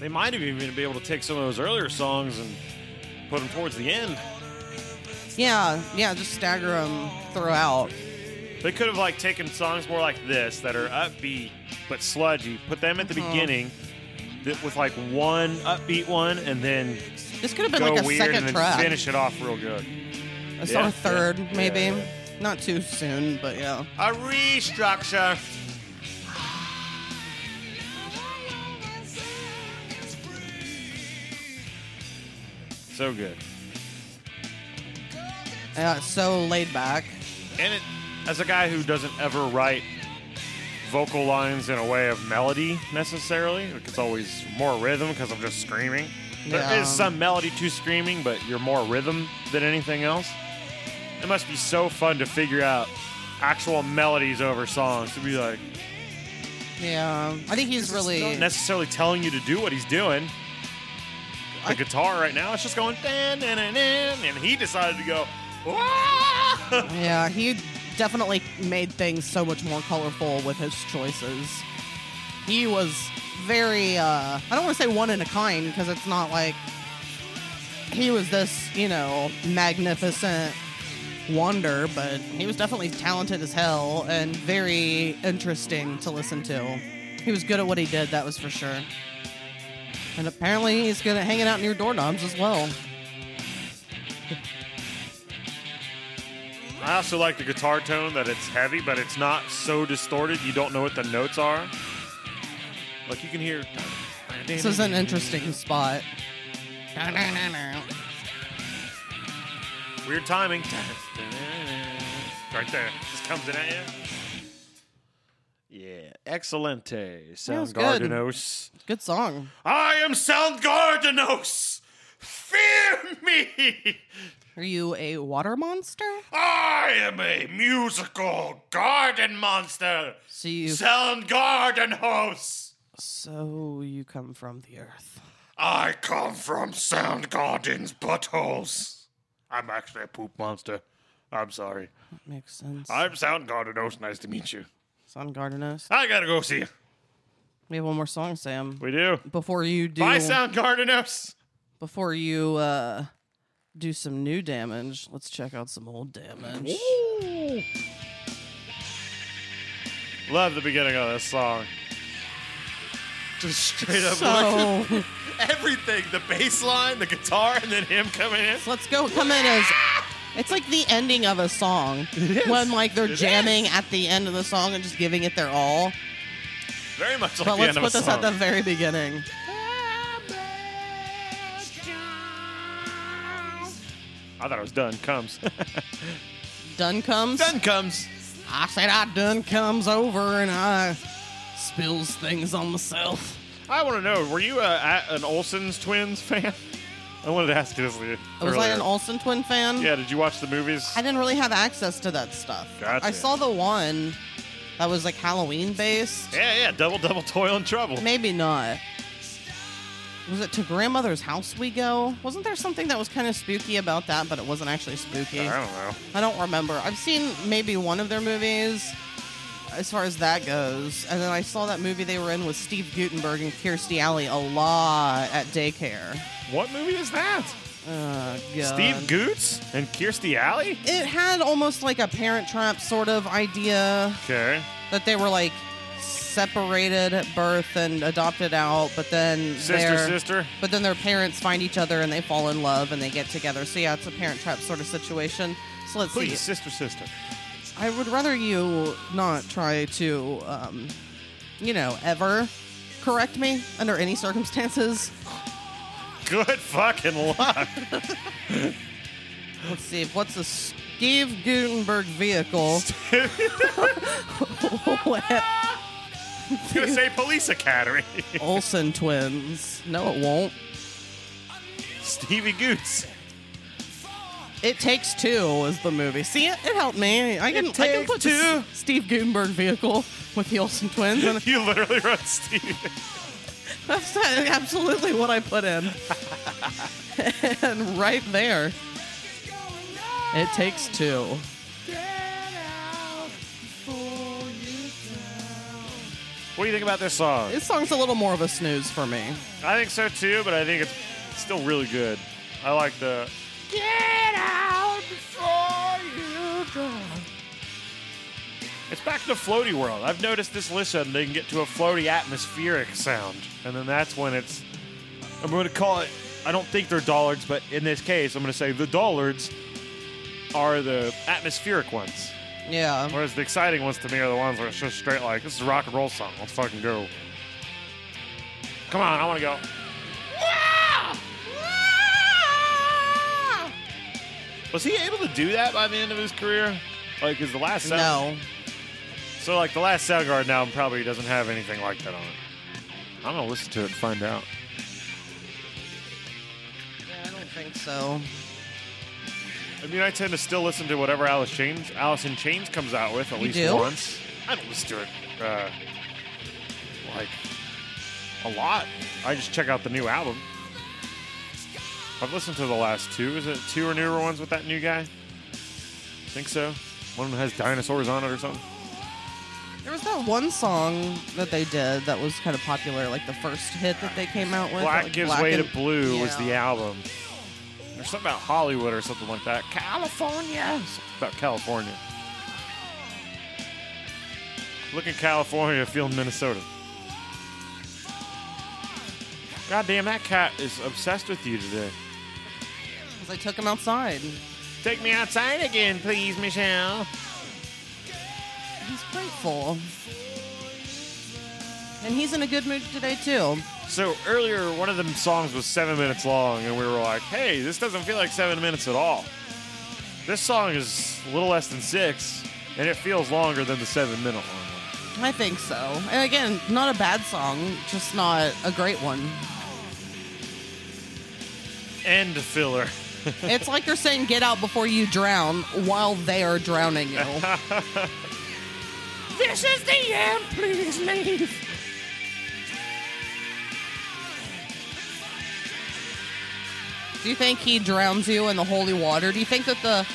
They might have even been able to take some of those earlier songs and put them towards the end. yeah, yeah, just stagger them throughout. They could have like taken songs more like this that are upbeat but sludgy, put them at the Uh-huh. beginning that with like one upbeat one and then This could have been go like a weird second and then track. finish it off real good. A Yeah. sort of third, maybe. Not too soon, but yeah. A restructure. So good. Yeah, it's so laid back. And it, as a guy who doesn't ever write vocal lines in a way of melody necessarily, like it's always more rhythm because I'm just screaming. There Yeah. is some melody to screaming, but you're more rhythm than anything else. It must be so fun to figure out actual melodies over songs to be like Yeah. I think he's really not necessarily telling you to do what he's doing. The I- guitar right now, it's just going dan, dan, dan, dan, and he decided to go. "Wah!" Yeah, he definitely made things so much more colorful with his choices. He was very uh I don't want to say one in a kind because it's not like he was this, you know, magnificent wonder, but he was definitely talented as hell and very interesting to listen to. He was good at what he did, that was for sure. And apparently he's good at hanging out near doorknobs as well. I also like the guitar tone that it's heavy, but it's not so distorted you don't know what the notes are. Like you can hear. This is an interesting spot. Weird timing. Right there. Just comes in at you. Yeah. Excelente. was good. Soundgardenos. Good song. I am Soundgardenos! Fear me! Are you a water monster? I am a musical garden monster! So you Soundgardenos! so you come from the earth. I come from Soundgarden's buttholes. I'm actually a poop monster. I'm sorry. That makes sense. I'm Soundgardenos. Nice to meet you. Sun Gardeners. I gotta go see you. We have one more song, Sam. We do. Before you do Bye, Soundgardenos! before you uh do some new damage, let's check out some old damage. Love the beginning of this song. Just straight up So everything the bass line, the guitar, and then him coming in. let's go come in as it's like the ending of a song. When like they're jamming at the end of the song and just giving it their all. Very much like But the let's end of put a this song. at the very beginning. Time has gone. I thought I was done. Comes. Done comes. Done comes. I said I done comes over and I spills things on myself. I want to know, were you uh, at an Olsen's Twins fan? I wanted to ask you this. Was Oh, Was I an Olsen twin fan? Yeah, did you watch the movies? I didn't really have access to that stuff. Gotcha. I saw the one that was like Halloween based. yeah, yeah, double, double toil and trouble. Maybe not. Was it to grandmother's house we go? Wasn't there something that was kind of spooky about that, but it wasn't actually spooky? I don't know. I don't remember. I've seen maybe one of their movies as far as that goes. And then I saw that movie they were in with Steve Gutenberg and Kirstie Alley a lot at daycare. What movie is that? Oh, God. Steve Goots and Kirstie Alley? It had almost like a parent trap sort of idea Okay. that they were like separated at birth and adopted out, but then Sister, their, sister. But then their parents find each other and they fall in love and they get together. So yeah, it's a parent trap sort of situation. So let's Please, see. sister, sister. I would rather you not try to, um, you know, ever correct me under any circumstances. Good fucking luck. Let's see. What's a Steve Gutenberg vehicle? I'm gonna say Police Academy. Olsen twins. No, it won't. Stevie Goots. It takes two is the movie. See, it, it helped me. I can, I can Takes put the Two. S- Steve Gutenberg vehicle with the Olsen twins, and You literally wrote Stevie. that's absolutely what I put in. and right there, it takes two. What do you think about this song? This song's a little more of a snooze for me. I think so too, but I think it's still really good. I like the. Get out before you go. It's back to floaty world. I've noticed this listen, they can get to a floaty atmospheric sound, and then that's when it's. I'm going to call it. I don't think they're dollards, but in this case, I'm going to say the dollards are the atmospheric ones. Yeah. Whereas the exciting ones to me are the ones where it's just straight like, this is a rock and roll song. Let's fucking go. Come on, I want to go. Was he able to do that by the end of his career? Like, is the last Sound- No. So, like, the last Soundgarden album probably doesn't have anything like that on it. I'm gonna listen to it and find out. Yeah, I don't think so. I mean, I tend to still listen to whatever Alice Chains, Alice in Chains comes out with at You least do? once. I don't listen to it uh, like a lot. I just check out the new album. I've listened to the last two. Is it two or newer ones with that new guy? think so. One of them has dinosaurs on it or something. There was that one song that they did that was kind of popular, like the first hit that they came out with. Black like Gives Black Way and- to Blue was Yeah. the album. There's something about Hollywood or something like that. California. Something about California. Look at California, feel Minnesota. God damn, that cat is obsessed with you today. 'Cause I took him outside. Take me outside again, please, Michelle. He's grateful. And he's in a good mood today, too. So earlier, one of the songs was seven minutes long, and we were like, "Hey, this doesn't feel like seven minutes at all." This song is a little less than six, and it feels longer than the seven-minute one. I think so. And again, not a bad song, just not a great one. End filler. it's like you're saying get out before you drown while they are drowning you. This is the end. Please leave. Do you think he drowns you in the holy water? Do you think that the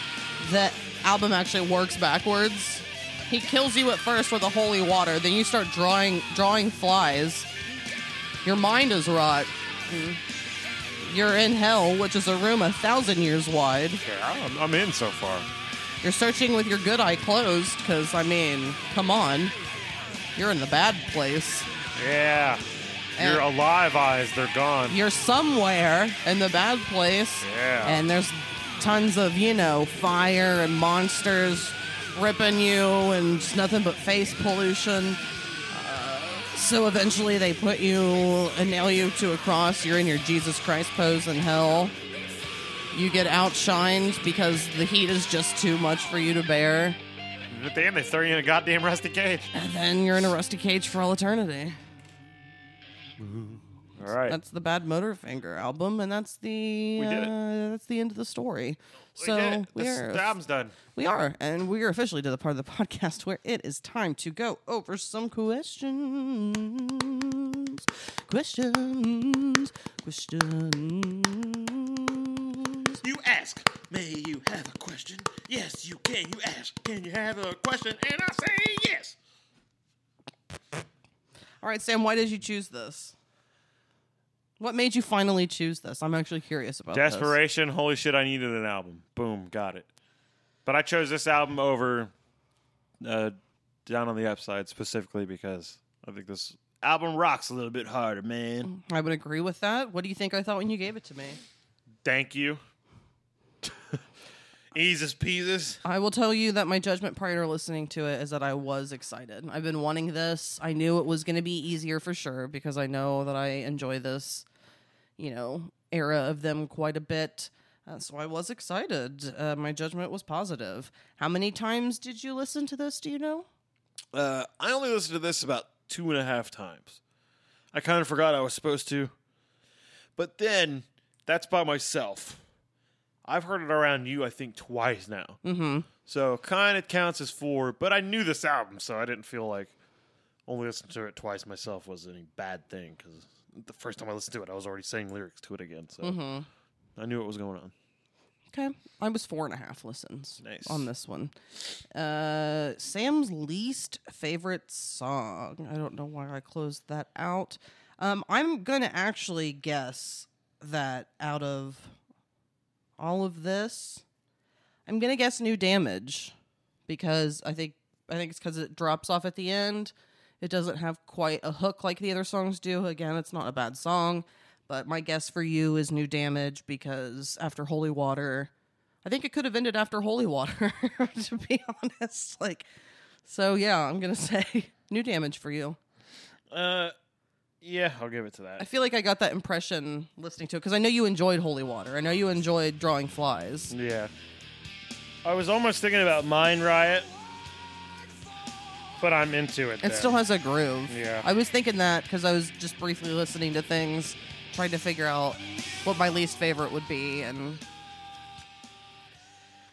the album actually works backwards? He kills you at first with the holy water, then you start drawing drawing flies. Your mind is rot. You're in hell, which is a room a thousand years wide. Yeah, I'm, I'm in so far. You're searching with your good eye closed, because I mean, come on, you're in the bad place. Yeah, And- your alive eyes, they're gone. you're somewhere in the bad place. Yeah. And there's tons of, you know, fire and monsters ripping you and just nothing but face pollution. Uh, So eventually they put you and nail you to a cross. You're in your Jesus Christ pose in hell. You get outshined because the heat is just too much for you to bear. At the end, they throw you in a goddamn rusty cage. And then you're in a rusty cage for all eternity. All right. That's the Bad Motorfinger album, and that's the We did it. uh, that's the end of the story. so we did it. we This- are the album's done. we are, and we are officially to the part of the podcast where it is time to go over some questions, questions, questions. You ask, may you have a question? Yes, you can. You ask, can you have a question? And I say yes. All right, Sam, why did you choose this? What made you finally choose this? I'm actually curious about this. Desperation. Holy shit, I needed an album. Boom, got it. But I chose this album over uh, Down on the Upside specifically because I think this album rocks a little bit harder, man. I would agree with that. What do you think I thought when you gave it to me? Thank you. Eases peases. I will tell you that my judgment prior to listening to it is that I was excited. I've been wanting this. I knew it was going to be easier for sure because I know that I enjoy this, you know, era of them quite a bit. Uh, so I was excited. Uh, my judgment was positive. How many times did you listen to this? Do you know? Uh, I only listened to this about two and a half times. I kind of forgot I was supposed to. But then, that's by myself. I've heard it around you, I think, twice now. Mm-hmm. So, kind of counts as four, but I knew this album, so I didn't feel like only listening to it twice myself was any bad thing because the first time I listened to it, I was already saying lyrics to it again. So, I knew what was going on. Okay. I was four and a half listens Nice. on this one. Uh, Sam's least favorite song. I don't know why I closed that out. Um, I'm going to actually guess that out of all of this, I'm going to guess New Damage because I think I think it's because it drops off at the end. It doesn't have quite a hook like the other songs do. Again, it's not a bad song, but my guess for you is New Damage because after Holy Water, I think it could have ended after Holy Water, to be honest. Like, so yeah, I'm gonna say New Damage for you. Uh, yeah, I'll give it to I that. feel like I got that impression listening to it because I know you enjoyed Holy Water. I know you enjoyed Drawing Flies. Yeah. I was almost thinking about Mind Riot, but I'm into it. It then. still has a groove. Yeah. I was thinking that because I was just briefly listening to things, trying to figure out what my least favorite would be, and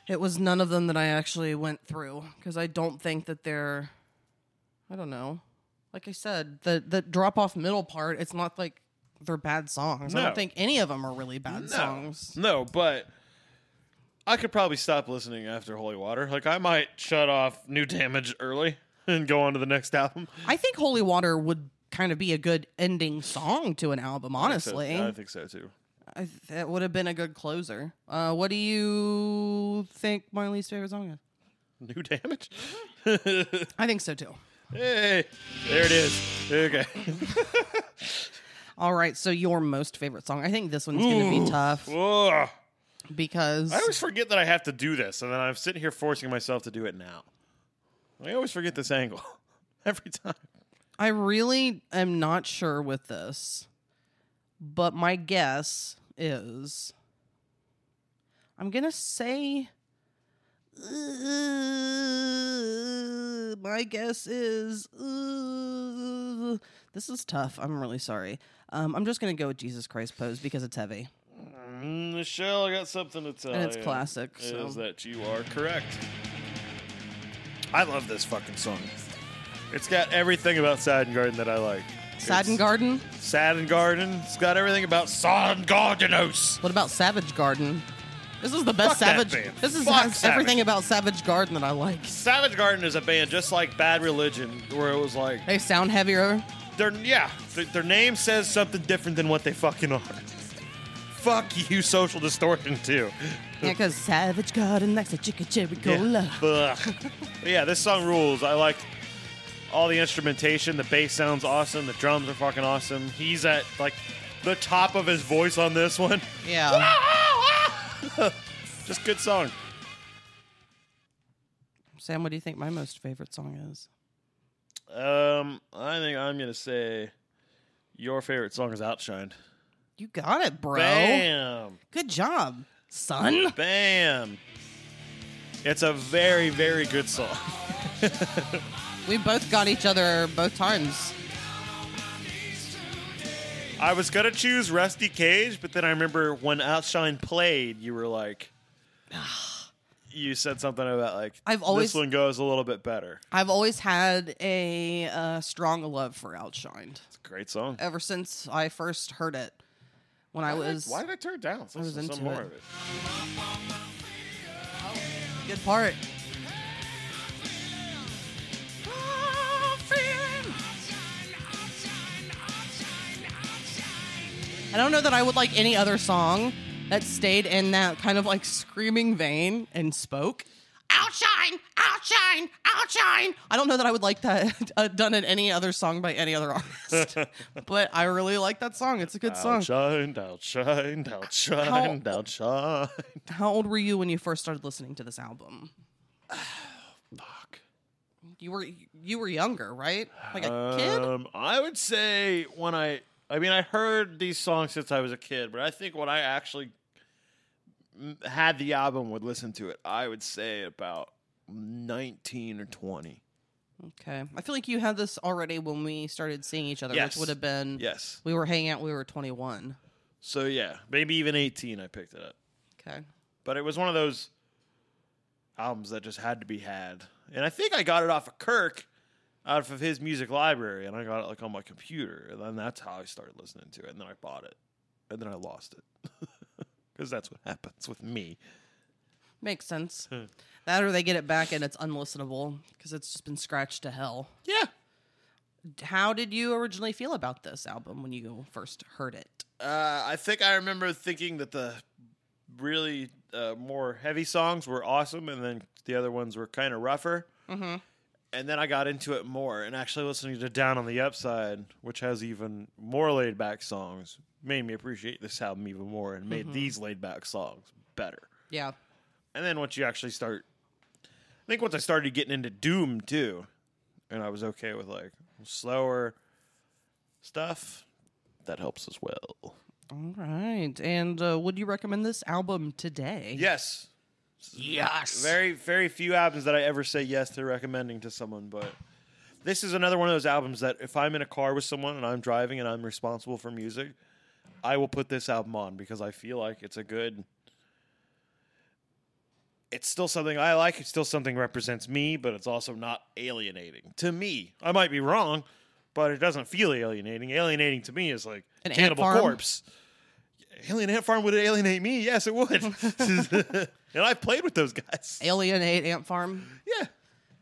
it was none of them that I actually went through because I don't think that they're. I don't know. Like I said, the the drop off middle part. It's not like they're bad songs. I No. don't think any of them are really bad songs. No, but I could probably stop listening after Holy Water. Like I might shut off New Damage early and go on to the next album. I think Holy Water would kind of be a good ending song to an album. Honestly, So, I think so too. I th- that would have been a good closer. Uh, what do you think my least favorite song is? New Damage. I think so too. Hey, there it is. Okay. All right, so your most favorite song. I think this one's going to be tough Whoa. because I always forget that I have to do this, and then I'm sitting here forcing myself to do it now. I always forget this angle every time. I really am not sure with this. But my guess is I'm going to say uh, my guess is uh, this is tough. I'm really sorry. Um, I'm just going to go with Jesus Christ pose because it's heavy Michelle, I got something to tell and it's you. classic. So. is that you are correct. I love this fucking song. It's got everything about Sad and Garden that I like. Sad and Garden? Sad and Garden. It's got everything about Sad and Gardenos. What about Savage Garden? This is the best Fuck that Savage. band. This is Fuck has Savage. everything about Savage Garden that I like. Savage Garden is a band just like Bad Religion, where it was like, They sound heavier. their yeah, th- their name says something different than what they fucking are. Fuck you, Social Distortion too. Yeah, because Savage Garden likes a chicken cherry Ugh. cola. But yeah, this song rules. I like all the instrumentation. The bass sounds awesome. The drums are fucking awesome. He's at like the top of his voice on this one. Yeah. Just good song. Sam, what do you think my most favorite song is? Um, I think I'm gonna say your favorite song is Outshined. You got it, bro. Bam. Good job. son. Bam. It's a very, very good song. We both got each other both times. I was gonna choose Rusty Cage, but then I remember when Outshine played, you were like, you said something about like I've always- this one goes a little bit better. I've always had a uh, strong love for Outshined It's a great song. ever since I first heard it when I was Why did I turn it down? Let's I was listen to some into more it. of it. good part. I don't know that I would like any other song that stayed in that kind of like screaming vein and spoke. Outshine, outshine, outshine. I don't know that I would like that uh, done in any other song by any other artist, but I really like that song. It's a good song. Outshined, outshined, outshined, outshined. How old were you when you first started listening to this album? Fuck. You were you were younger, right? Like a kid. Um, I would say when I, I mean, I heard these songs since I was a kid, but I think when I actually m- had the album, would listen to it, I would say about nineteen or twenty. Okay, I feel like you had this already when we started seeing each other, Yes. which would have been Yes. We were hanging out. when We were twenty one. So yeah, maybe even eighteen. I picked it up, Okay. but it was one of those albums that just had to be had, and I think I got it off of Kirk. Out of his music library, and I got it like on my computer, and then that's how I started listening to it. And then I bought it, and then I lost it, because that's what happens with me. Makes sense. Hmm. that or they get it back and it's unlistenable because it's just been scratched to hell. Yeah. How did you originally feel about this album when you first heard it? Uh, I think I remember thinking that the really uh, more heavy songs were awesome, and then the other ones were kind of rougher. Mm-hmm. And then I got into it more, and actually listening to Down on the Upside, which has even more laid back songs, made me appreciate this album even more and made these laid back songs better. Yeah. And then once you actually start, I think once I started getting into Doom too, and I was okay with like slower stuff, that helps as well. All right. And uh, would you recommend this album today? Yes. Yes. Very, very few albums that I ever say yes to recommending to someone, but this is another one of those albums that if I'm in a car with someone and I'm driving and I'm responsible for music, I will put this album on because I feel like it's a good. It's still something I like. It's still something represents me, but it's also not alienating to me. I might be wrong, but it doesn't feel alienating. Alienating to me is like An ant Cannibal farm? Corpse. Alien Ant Farm would alienate me. Yes, it would. and I've played with those guys. Alienate Ant Farm. Yeah.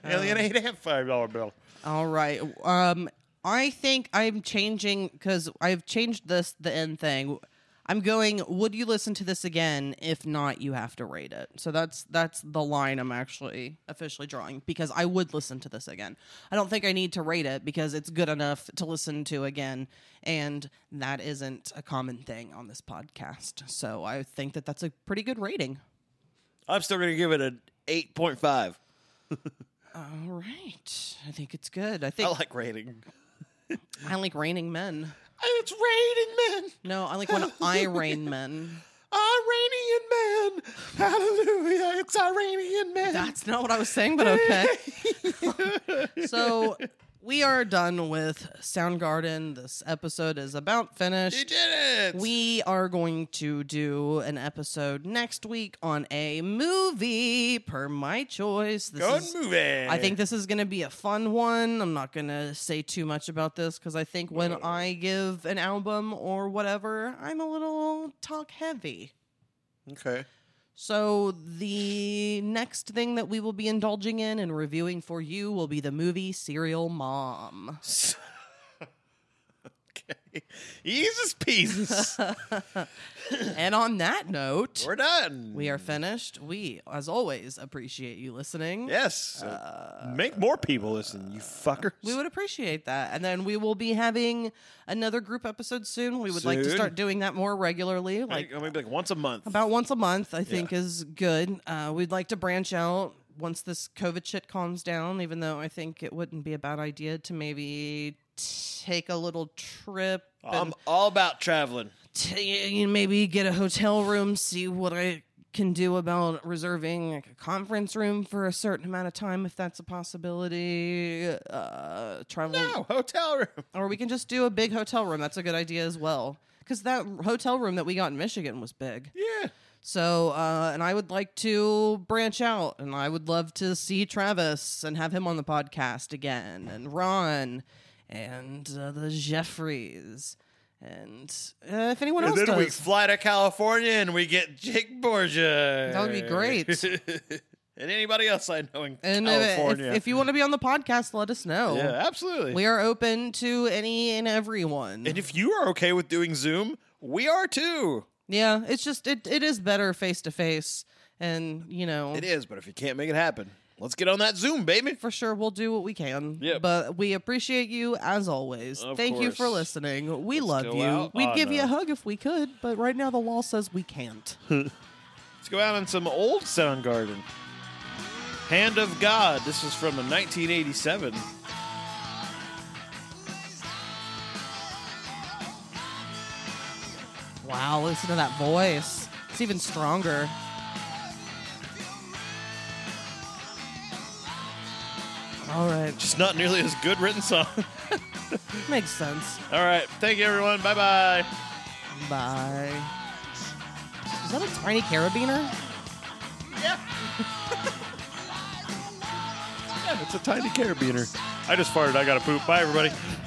Alien ate a five dollar bill. All right. Um, I think I'm changing because I've changed this the end thing. I'm going. Would you listen to this again? If not, you have to rate it. So that's that's the line I'm actually officially drawing because I would listen to this again. I don't think I need to rate it because it's good enough to listen to again, and that isn't a common thing on this podcast. So I think that that's a pretty good rating. I'm still gonna give it an eight point five. All right, I think it's good. I think I like rating. I like raining men. It's raining men. No, I like when I rain men. Iranian men. Hallelujah. It's Iranian men. That's not what I was saying, but okay. so we are done with Soundgarden. This episode is about you finished. did it. We are going to do an episode next week on a movie per my choice. This Good is- movie. I think this is going to be a fun one. I'm not going to say too much about this because I think when I give an album or whatever, I'm a little talk heavy. Okay. So the next thing that we will be indulging in and reviewing for you will be the movie Serial Mom. okay. Easy as pieces. and on that note, We're done. we are finished. We, as always, appreciate you listening. Yes. So Make more people listen, you fuckers. uh, We would appreciate that. And then we will be having another group episode soon. We would like to Soon. start doing that more regularly. like Like maybe like once a month. about once a month, I think is good. Uh, we'd like to branch out once this COVID shit calms down, even though I think it wouldn't be a bad idea to maybe take a little trip. I'm Um, And all about traveling. t- you know, maybe get a hotel room, see what I can do about reserving like, a conference room for a certain amount of time if that's a possibility. Uh, travel. Oh, No, hotel room. Or we can just do a big hotel room. That's a good idea as well. Because that hotel room that we got in Michigan was big. Yeah. So, uh, and I would like to branch out, and I would love to see Travis and have him on the podcast again, and Ron, and uh, the Jeffries, and uh, if anyone And else then we does, fly to California and we get Jake Borgia. that would be great. and anybody else I know in And if- if, California. if you want to be on the podcast, let us know. yeah, absolutely. We are open to any and everyone. and if you are okay with doing Zoom, we are too. yeah, it's just it, it is better face to face, and you know It is, but if you can't make it happen, let's get on that Zoom, baby. for sure we'll do what we can. Yep. But we appreciate you as always. Of Thank you for course. listening. We love go you. out We'd on give you a- a hug if we could, but right now the law says we can't. Let's go out on some old Soundgarden. Hand of God. This is from a 1987. wow, listen to that voice. It's even stronger. All right. Just not nearly as good written song. Makes sense. All right. Thank you, everyone. Bye bye. Bye. Is that a tiny carabiner? Yeah, it's a tiny carabiner. I just farted. I got to poop. Bye, everybody.